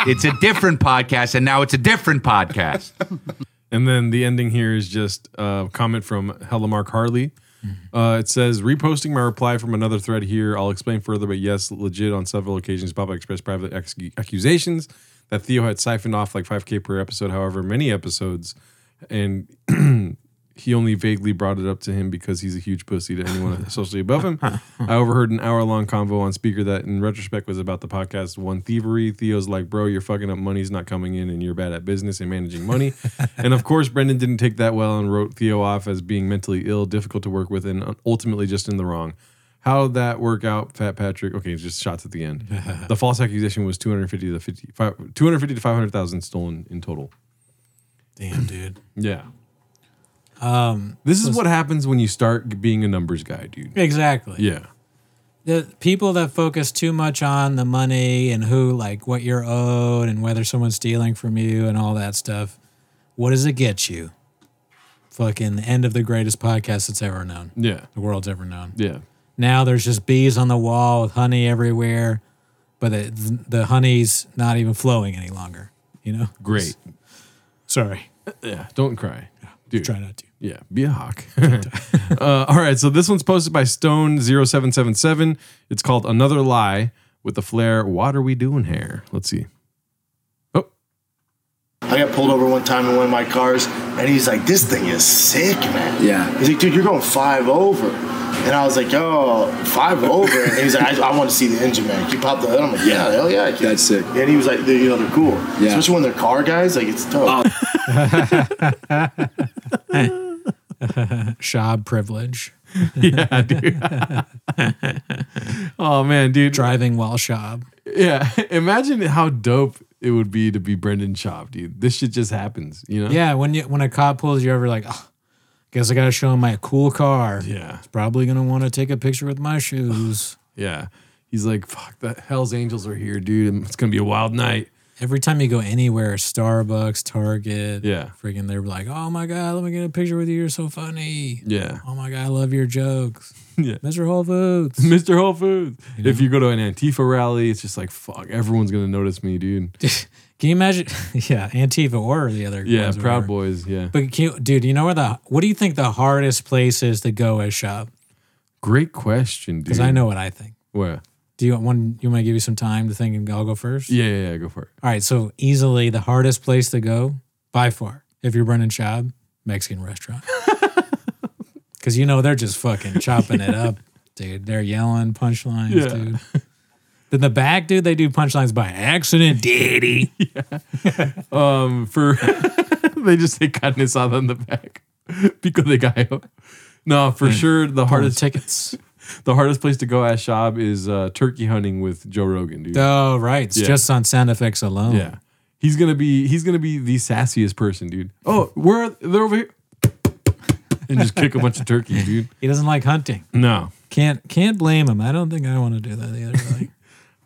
Speaker 24: it's a different podcast, and now it's a different podcast.
Speaker 2: And then the ending here is just a comment from Hella Mark Harley. Uh, it says, reposting my reply from another thread here. I'll explain further, but yes, legit on several occasions, Papa expressed private ex- accusations that Theo had siphoned off like 5K per episode, however many episodes. And he only vaguely brought it up to him because he's a huge pussy to anyone socially above him. I overheard an hour long convo on speaker that, in retrospect, was about the podcast One Thievery. Theo's like, bro, you're fucking up. Money's not coming in, and you're bad at business and managing money. and of course, Brendan didn't take that well and wrote Theo off as being mentally ill, difficult to work with, and ultimately just in the wrong. How that work out, Fat Patrick? Okay, it's just shots at the end. the false accusation was 250 to 50, fi- 250 to 500,000 stolen in total.
Speaker 1: Damn, dude.
Speaker 2: Yeah.
Speaker 1: Um,
Speaker 2: This is what happens when you start being a numbers guy, dude.
Speaker 1: Exactly.
Speaker 2: Yeah.
Speaker 1: the people that focus too much on the money and who like what you're owed and whether someone's stealing from you and all that stuff what does it get you fucking end of the greatest podcast that's ever known
Speaker 2: Yeah.
Speaker 1: the world's ever known
Speaker 2: Yeah.
Speaker 1: now there's just bees on the wall with honey everywhere but the, the honey's not even flowing any longer you know
Speaker 2: Great.
Speaker 1: sorry
Speaker 2: Yeah. Don't cry. Dude.
Speaker 1: try not to
Speaker 2: Yeah. Be a hawk. uh, all right. So this one's posted by Stone0777. It's called Another Lie with the flair. What are we doing here? Let's see.
Speaker 4: I got pulled over one time in one of my cars, and he's like, "This thing is sick, man." Yeah. He's like, "Dude, you're going five over," and I was like, "Oh, five over," and he's like, "I, I want to see the engine, man. Can you pop the hood?" I'm like, "Yeah, hell yeah, I can." That's sick. And he was like, "You know, they're cool,
Speaker 20: Yeah.
Speaker 4: especially when they're car guys. Like, it's tough."
Speaker 1: Shab privilege.
Speaker 2: Yeah, dude. oh man, dude.
Speaker 1: Driving while Shab.
Speaker 2: Yeah. Imagine how dope it would be to be Brendan Schaub, dude. This shit just happens, you know?
Speaker 1: Yeah, when you when a cop pulls you over, like, oh, guess I gotta show him my cool car.
Speaker 2: Yeah.
Speaker 1: He's probably gonna want to take a picture with my shoes.
Speaker 2: Yeah. He's like, fuck, the Hell's Angels are here, dude. and It's going to be a wild night.
Speaker 1: Every time you go anywhere, Starbucks, Target,
Speaker 2: Yeah.
Speaker 1: freaking, they're like, oh my god, let me get a picture with you. You're so funny.
Speaker 2: Yeah.
Speaker 1: Oh my god, I love your jokes.
Speaker 2: Yeah.
Speaker 1: Mr. Whole Foods.
Speaker 2: Mr. Whole Foods. If you go to an Antifa rally, it's just like, fuck, everyone's going to notice me, dude.
Speaker 1: Can you imagine? yeah, Antifa or the other.
Speaker 2: Yeah,
Speaker 1: ones or
Speaker 2: Proud
Speaker 1: whatever.
Speaker 2: Boys. Yeah.
Speaker 1: But can you, dude, you know where the what do you think the hardest place is to go as shop?
Speaker 2: Great question, dude.
Speaker 1: Because I know what I think.
Speaker 2: Where?
Speaker 1: Do you want one? You want to give you some time to think, and I'll go first.
Speaker 2: Yeah, yeah, yeah, go for it.
Speaker 1: All right, so easily the hardest place to go by far, if you're Brendan Schaub, Mexican restaurant. Because you know they're just fucking chopping it up, dude. They're yelling punchlines,
Speaker 2: Yeah.
Speaker 1: dude. Then the back, dude, they do punchlines by accident, daddy.
Speaker 2: Um, for they just say carnes asada in the back. Pico de gallo. No, for sure the hardest
Speaker 1: tickets.
Speaker 2: The hardest place to go as Shab is uh, turkey hunting with Joe Rogan, dude.
Speaker 1: Oh, right. It's
Speaker 2: Yeah.
Speaker 1: just on sound effects alone.
Speaker 2: Yeah. He's gonna be he's gonna be the sassiest person, dude. Oh, where are they're over here? And just kick a bunch of turkeys, dude.
Speaker 1: He doesn't like hunting.
Speaker 2: No.
Speaker 1: Can't can't blame him. I don't think I want to do that either. Like,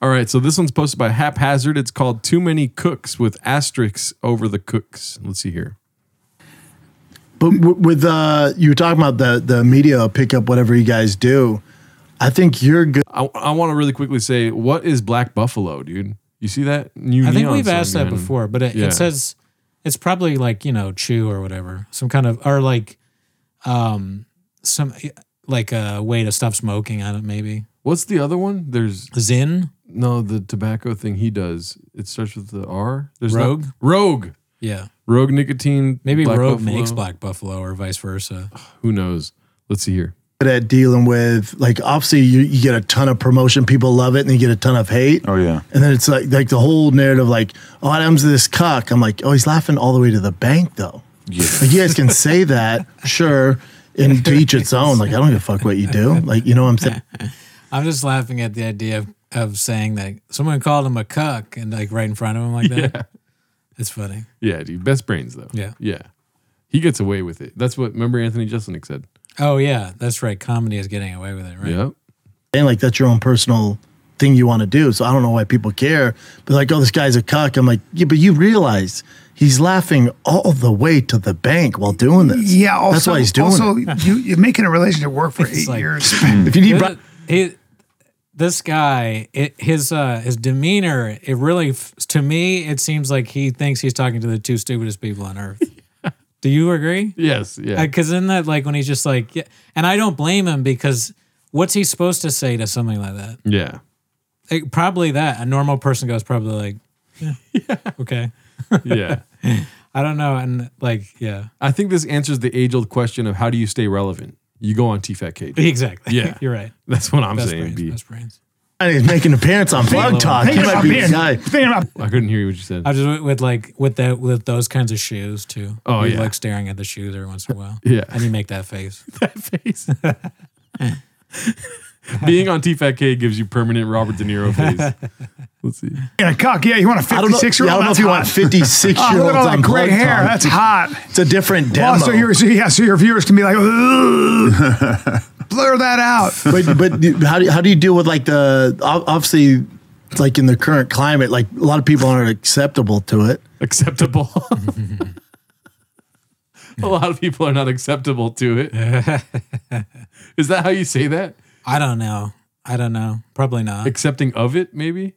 Speaker 2: All right, so this one's posted by Haphazard. It's called Too Many Cooks with asterisks over the cooks. Let's see here.
Speaker 4: But w- with uh, you were talking about the the media pickup, whatever you guys do, I think you're good.
Speaker 2: I, I want to really quickly say, what is Black Buffalo, dude? You see that? New
Speaker 1: I think
Speaker 2: neon
Speaker 1: we've
Speaker 2: sign
Speaker 1: asked that
Speaker 2: behind him.
Speaker 1: before, but it,
Speaker 2: Yeah.
Speaker 1: it says it's probably like you know chew or whatever, some kind of or like um some like a way to stop smoking on it maybe.
Speaker 2: What's the other one? There's
Speaker 1: Zin.
Speaker 2: No, the tobacco thing he does. It starts with the R. There's no-
Speaker 1: Rogue?
Speaker 2: Rogue.
Speaker 1: Yeah.
Speaker 2: Rogue Nicotine.
Speaker 1: Maybe
Speaker 2: Black
Speaker 1: Rogue
Speaker 2: Buffalo.
Speaker 1: makes Black Buffalo or vice versa.
Speaker 2: Who knows? Let's see here.
Speaker 4: At dealing with like obviously you, you get a ton of promotion, people love it, and you get a ton of hate.
Speaker 14: Oh yeah.
Speaker 4: And then it's like like the whole narrative, like, oh, Adam's this cuck. I'm like, oh, he's laughing all the way to the bank, though.
Speaker 14: Yeah.
Speaker 4: Like, you guys can say that, sure, and to each its own. Like, I don't give a fuck what you do. Like, you know what I'm saying?
Speaker 1: I'm just laughing at the idea of, of saying that someone called him a cuck and like right in front of him like that.
Speaker 2: Yeah.
Speaker 1: It's funny.
Speaker 2: Yeah, dude. Best brains though.
Speaker 1: Yeah.
Speaker 2: Yeah. He gets away with it. That's what remember Anthony Jeselnik said.
Speaker 1: Oh yeah, that's right. Comedy is getting away with it, right?
Speaker 2: Yep.
Speaker 4: And like that's your own personal thing you want to do. So I don't know why people care. But like, oh, this guy's a cuck. I'm like, yeah, but you realize he's laughing all the way to the bank while doing this.
Speaker 3: Yeah, also,
Speaker 4: that's why he's doing
Speaker 3: also,
Speaker 4: it.
Speaker 3: You, you're making a relationship work for eight years.
Speaker 4: if you need,
Speaker 1: Th- he- this guy, it, his uh, his demeanor, it really f- to me, it seems like he thinks he's talking to the two stupidest people on earth. Do you agree?
Speaker 2: Yes. Yeah.
Speaker 1: Because in that, like, when he's just like, yeah, and I don't blame him because what's he supposed to say to something like that?
Speaker 2: yeah.
Speaker 1: Like, probably that a normal person goes probably like, yeah, okay,
Speaker 2: Yeah.
Speaker 1: I don't know, and like, yeah,
Speaker 2: I think this answers the age old question of how do you stay relevant? You go on TFAT Cage.
Speaker 1: exactly.
Speaker 2: Yeah.
Speaker 1: you're right.
Speaker 2: That's what I'm
Speaker 1: Best
Speaker 2: saying.
Speaker 1: brains,
Speaker 2: B.
Speaker 1: best brains.
Speaker 4: and he's making an appearance on Blog Talk. He might be the guy.
Speaker 2: I couldn't hear what you said.
Speaker 1: I just went with like with that with those kinds of shoes too.
Speaker 2: Oh,
Speaker 1: You'd
Speaker 2: yeah.
Speaker 1: like staring at the shoes every once in a while.
Speaker 2: Yeah.
Speaker 1: and you make that face.
Speaker 2: that face. Being on TFAK gives you permanent Robert De Niro face. Let's see.
Speaker 3: In a cock, yeah. You want a
Speaker 4: I don't know-
Speaker 3: 56 year old?
Speaker 4: yeah, I don't know if you want 56 year
Speaker 3: Look at all
Speaker 4: olds on
Speaker 3: that gray
Speaker 4: Blog
Speaker 3: hair.
Speaker 4: Talk.
Speaker 3: That's hot.
Speaker 4: It's a different demo.
Speaker 3: Well, so, your, so, yeah, so your viewers can be like, "Ugh." blur that out.
Speaker 4: but but you- how do you, how do you deal with like the ob- obviously like in the current climate like a lot of people aren't acceptable to it
Speaker 2: acceptable A lot of people are not acceptable to it. Is that how you say that?
Speaker 1: I don't know. I don't know. Probably not.
Speaker 2: Accepting of it, maybe.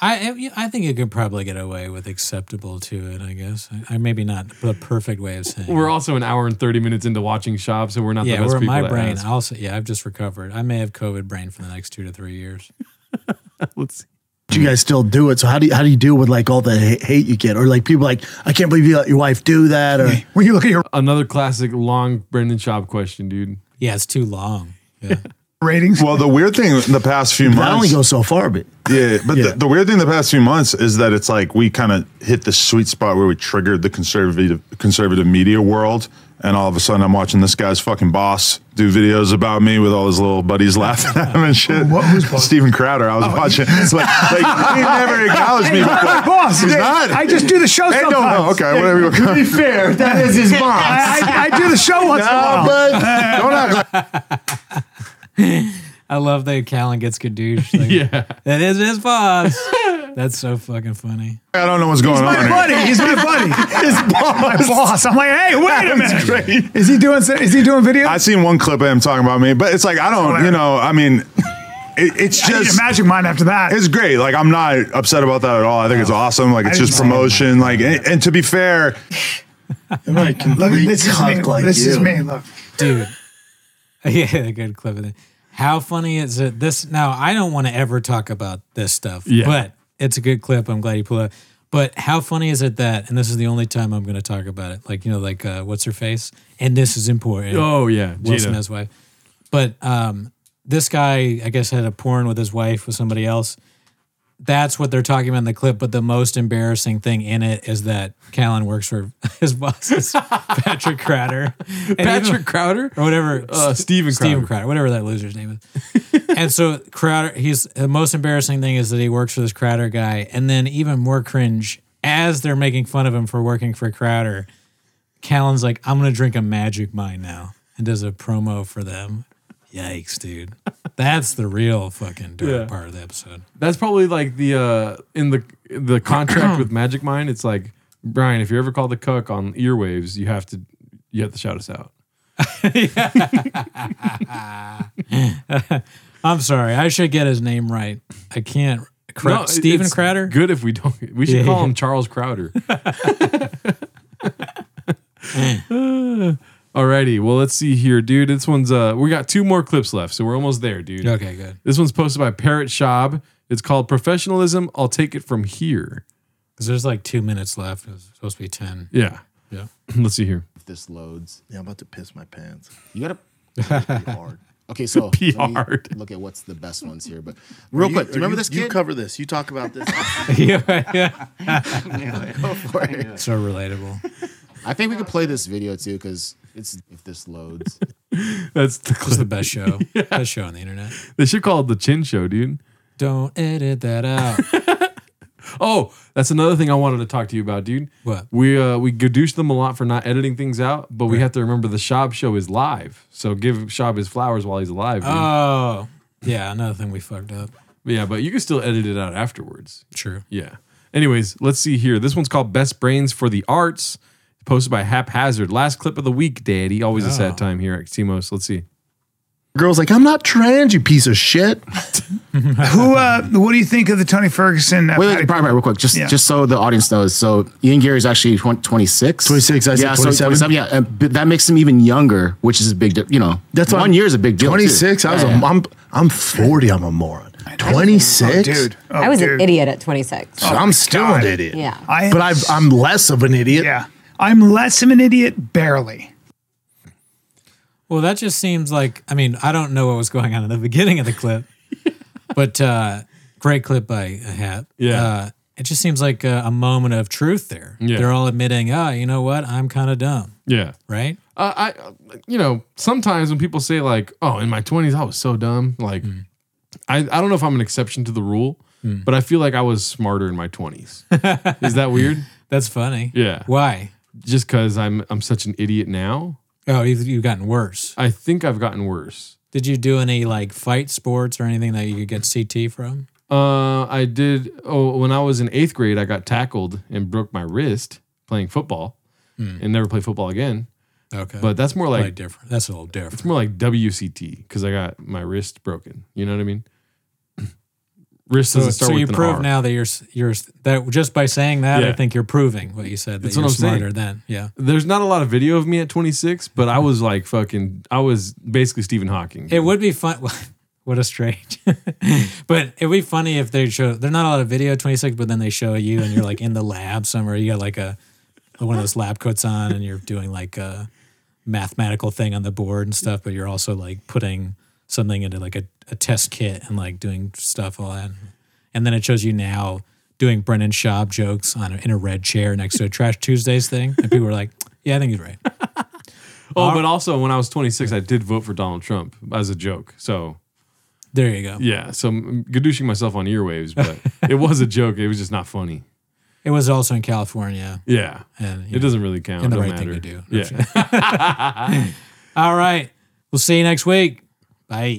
Speaker 1: I I think you could probably get away with acceptable to it. I guess. I, I maybe not the perfect way of saying.
Speaker 2: We're also an hour and thirty minutes into watching Shop, so we're not
Speaker 1: yeah,
Speaker 2: the best
Speaker 1: we're in
Speaker 2: people.
Speaker 1: my
Speaker 2: to
Speaker 1: brain.
Speaker 2: ask.
Speaker 1: Also, yeah, I've just recovered. I may have COVID brain for the next two to three years.
Speaker 2: Let's see.
Speaker 4: But you guys still do it so how do you how do you deal with like all the ha- hate you get or like people like I can't believe you let your wife do that or
Speaker 3: when you look at your
Speaker 2: Another classic long Brendan Schaub question, dude.
Speaker 1: Yeah, it's too long.
Speaker 3: ratings.
Speaker 14: Well, the weird thing in the past few months
Speaker 4: that only goes so far but
Speaker 14: Yeah, but The, the weird thing the past few months is that it's like we kind of hit the sweet spot where we triggered the conservative conservative media world, and all of a sudden I'm watching this guy's fucking boss do videos about me with all his little buddies laughing at him and shit. What, Steven Crowder? I was watching. Like, like he never acknowledged me.
Speaker 3: Oh, Hey, not
Speaker 14: before.
Speaker 3: my boss.
Speaker 14: He's
Speaker 3: Hey,
Speaker 14: not.
Speaker 3: I just do the show
Speaker 14: Hey, no, no,
Speaker 3: sometimes.
Speaker 14: okay, whatever you-
Speaker 4: To be fair, that is his boss.
Speaker 3: I, I, I do the show once in a
Speaker 14: Nah,
Speaker 3: while.
Speaker 14: bud, don't act
Speaker 1: I love that Callan gets gadoosh. Like,
Speaker 2: yeah,
Speaker 1: that is his boss. That's so fucking funny.
Speaker 14: I don't know what's going
Speaker 1: He's
Speaker 14: on.
Speaker 1: my
Speaker 14: here.
Speaker 1: buddy.
Speaker 3: He's my buddy.
Speaker 14: His boss.
Speaker 3: My boss. I'm like, hey, wait a minute.
Speaker 14: Is
Speaker 3: he doing? Is he doing video?
Speaker 14: I seen one clip of him talking about me, but it's like I don't. You know, I mean, it, it's
Speaker 3: I need
Speaker 14: just
Speaker 3: a magic mind after that.
Speaker 14: It's great. Like I'm not upset about that at all. I think it's awesome. Like it's
Speaker 3: I
Speaker 14: just
Speaker 3: didn't see
Speaker 14: promotion. Like and, and to be fair,
Speaker 3: Look, this is me.
Speaker 4: cuck like
Speaker 3: this is
Speaker 4: you.
Speaker 3: me. Look.
Speaker 1: dude. Yeah, good clip of it. How funny is it? This now I don't want to ever talk about this stuff,
Speaker 2: Yeah.
Speaker 1: but it's a good clip. I'm glad you pulled it. But how funny is it that? And this is the only time I'm going to talk about it. Like you know, like uh, what's her face? And this is important.
Speaker 2: Oh, yeah,
Speaker 1: Will
Speaker 2: Jada.
Speaker 1: Smith's wife. But um, this guy, I guess, had a porn with his wife with somebody else. That's what they're talking about in the clip. But the most embarrassing thing in it is that Callan works for his boss, is Patrick Crowder. And even-
Speaker 2: Patrick Crowder
Speaker 1: or whatever.
Speaker 2: Uh, Steven
Speaker 1: Steven
Speaker 2: Crowder.
Speaker 1: Crowder, whatever that loser's name is. and so Crowder, he's the most embarrassing thing is that he works for this Crowder guy, and then even more cringe as they're making fun of him for working for Crowder. Callan's like, I'm gonna drink a Magic Mind now, and does a promo for them. Yikes, dude. That's the real fucking dark
Speaker 2: Yeah.
Speaker 1: part of the episode.
Speaker 2: That's probably like the uh in the the contract with Magic Mind. It's like Brian, if you're ever called the cuck on earwaves, you have to you have to shout us out.
Speaker 1: I'm sorry. I should get his name right. I can't. Crow-
Speaker 2: No, it-
Speaker 1: Steven
Speaker 2: it's
Speaker 1: Crowder.
Speaker 2: Good if we don't. We should
Speaker 1: Yeah.
Speaker 2: call him Charles Crowder. Alrighty, well let's see here, dude. This one's uh we got two more clips left, so we're almost there, dude.
Speaker 1: Okay, good.
Speaker 2: This one's posted by Parrot Shab. It's called Professionalism. I'll take it from here.
Speaker 1: Because there's like two minutes left. It was supposed to be 10.
Speaker 2: Yeah.
Speaker 1: Yeah.
Speaker 2: Let's see here.
Speaker 10: If this loads, yeah, I'm about to piss my pants. You gotta be hard. Okay, so
Speaker 2: Be
Speaker 10: let me
Speaker 2: hard.
Speaker 10: Look at what's the best ones here, but real You- quick, do you remember you- this you kid? cover this. You talk about this. Go for it.
Speaker 1: So relatable.
Speaker 10: I think we could play this video too because it's if this loads.
Speaker 2: That's the,
Speaker 1: It's the best show. Best show on the internet.
Speaker 2: They should call it the Chin Show, dude.
Speaker 1: Don't edit that out.
Speaker 2: Oh, that's another thing I wanted to talk to you about, dude.
Speaker 1: What?
Speaker 2: We uh we gadoosh them a lot for not editing things out, but we have to remember the Shab show is live. So give Shab his flowers while he's alive. dude.
Speaker 1: Oh, yeah. Another thing we fucked up.
Speaker 2: yeah, but you can still edit it out afterwards.
Speaker 1: True.
Speaker 2: Yeah. Anyways, let's see here. This one's called Best Brains for the Arts, posted by Haphazard. Last clip of the week, Daddy. Always a
Speaker 1: Oh.
Speaker 2: sad time here at Timos. Let's see.
Speaker 4: Girl's like, I'm not trans, you piece of shit.
Speaker 3: Who? Uh, what do you think of the Tony Ferguson? Uh,
Speaker 10: Wait,
Speaker 3: Patty-
Speaker 10: wait, probably real quick, just
Speaker 3: Yeah.
Speaker 10: just so the audience knows. So Ian Gary is actually 26.
Speaker 4: 26, I said
Speaker 10: yeah, so
Speaker 4: 27.
Speaker 10: yeah, and b- that makes him even younger, which is a big, di- you know,
Speaker 4: That's what
Speaker 10: one
Speaker 4: I'm-
Speaker 10: year is a big deal. too.
Speaker 4: 26. I was a,
Speaker 10: Yeah.
Speaker 4: I'm I'm 40. I'm a moron. 26, dude.
Speaker 13: Oh, I
Speaker 10: Oh,
Speaker 13: was an idiot at 26.
Speaker 14: Oh,
Speaker 4: I'm still an idiot.
Speaker 13: Yeah.
Speaker 3: I
Speaker 4: but I've, I'm less of an idiot.
Speaker 3: Yeah, I'm less of an idiot, barely.
Speaker 1: Well, that just seems like I mean, I don't know what was going on in the beginning of the clip. but uh great clip by uh, Hap.
Speaker 2: Yeah.
Speaker 1: Uh, it just seems like a, a moment of truth there.
Speaker 2: Yeah.
Speaker 1: They're all admitting, "Ah, you know what? I'm kind of dumb."
Speaker 2: Yeah.
Speaker 1: Right?
Speaker 2: Uh, I, uh, you know, sometimes when people say like, "Oh, in my twenties, I was so dumb," like, I, I don't know if I'm an exception to the rule,
Speaker 1: Mm.
Speaker 2: but I feel like I was smarter in my twenties. Is that weird?
Speaker 1: That's funny.
Speaker 2: Yeah.
Speaker 1: Why?
Speaker 2: Just because I'm I'm such an idiot now.
Speaker 1: Oh, you've, you've gotten worse.
Speaker 2: I think I've gotten worse.
Speaker 1: Did you do any like fight sports or anything that you could get CT from?
Speaker 2: Uh, I did. Oh, when I was in eighth grade, I got tackled and broke my wrist playing football,
Speaker 1: Mm.
Speaker 2: and never played football again.
Speaker 1: Okay.
Speaker 2: but that's more like
Speaker 1: Like different. That's a little different.
Speaker 2: It's more like WCT because I got my wrist broken. You know what I mean? wrist doesn't start with
Speaker 1: you
Speaker 2: an
Speaker 1: prove
Speaker 2: R.
Speaker 1: now that you're s- you're s- that just by saying that I
Speaker 2: Yeah.
Speaker 1: think you're proving what you said that
Speaker 2: That's
Speaker 1: you're
Speaker 2: what I'm saying.
Speaker 1: smarter than yeah.
Speaker 2: There's not a lot of video of me at 26, but I was like fucking. I was basically Stephen Hawking.
Speaker 1: It would be fun. What a strange. but it would be funny if they show. They're not a lot of video at 26, but then they show you and you're like in the lab somewhere. You got like a one of those lab coats on and you're doing like a mathematical thing on the board and stuff. But you're also like putting something into like a, a test kit and like doing stuff all that. And then it shows you now doing Brennan Schaub jokes on a, in a red chair next to a Trash Tuesdays thing, and people were like, "Yeah, I think he's right."
Speaker 2: Oh, but also when I was 26, I did vote for Donald Trump as a joke. So
Speaker 1: There you go.
Speaker 2: yeah, so I'm gadooshing myself on earwaves, but it was a joke. It was just not funny.
Speaker 1: It was also in California.
Speaker 2: Yeah,
Speaker 1: And,
Speaker 2: it
Speaker 1: you know,
Speaker 2: doesn't really count.
Speaker 1: and the
Speaker 2: Don't
Speaker 1: right thing
Speaker 2: matter.
Speaker 1: to do.
Speaker 2: Yeah.
Speaker 1: All right. We'll see you next week. Bye.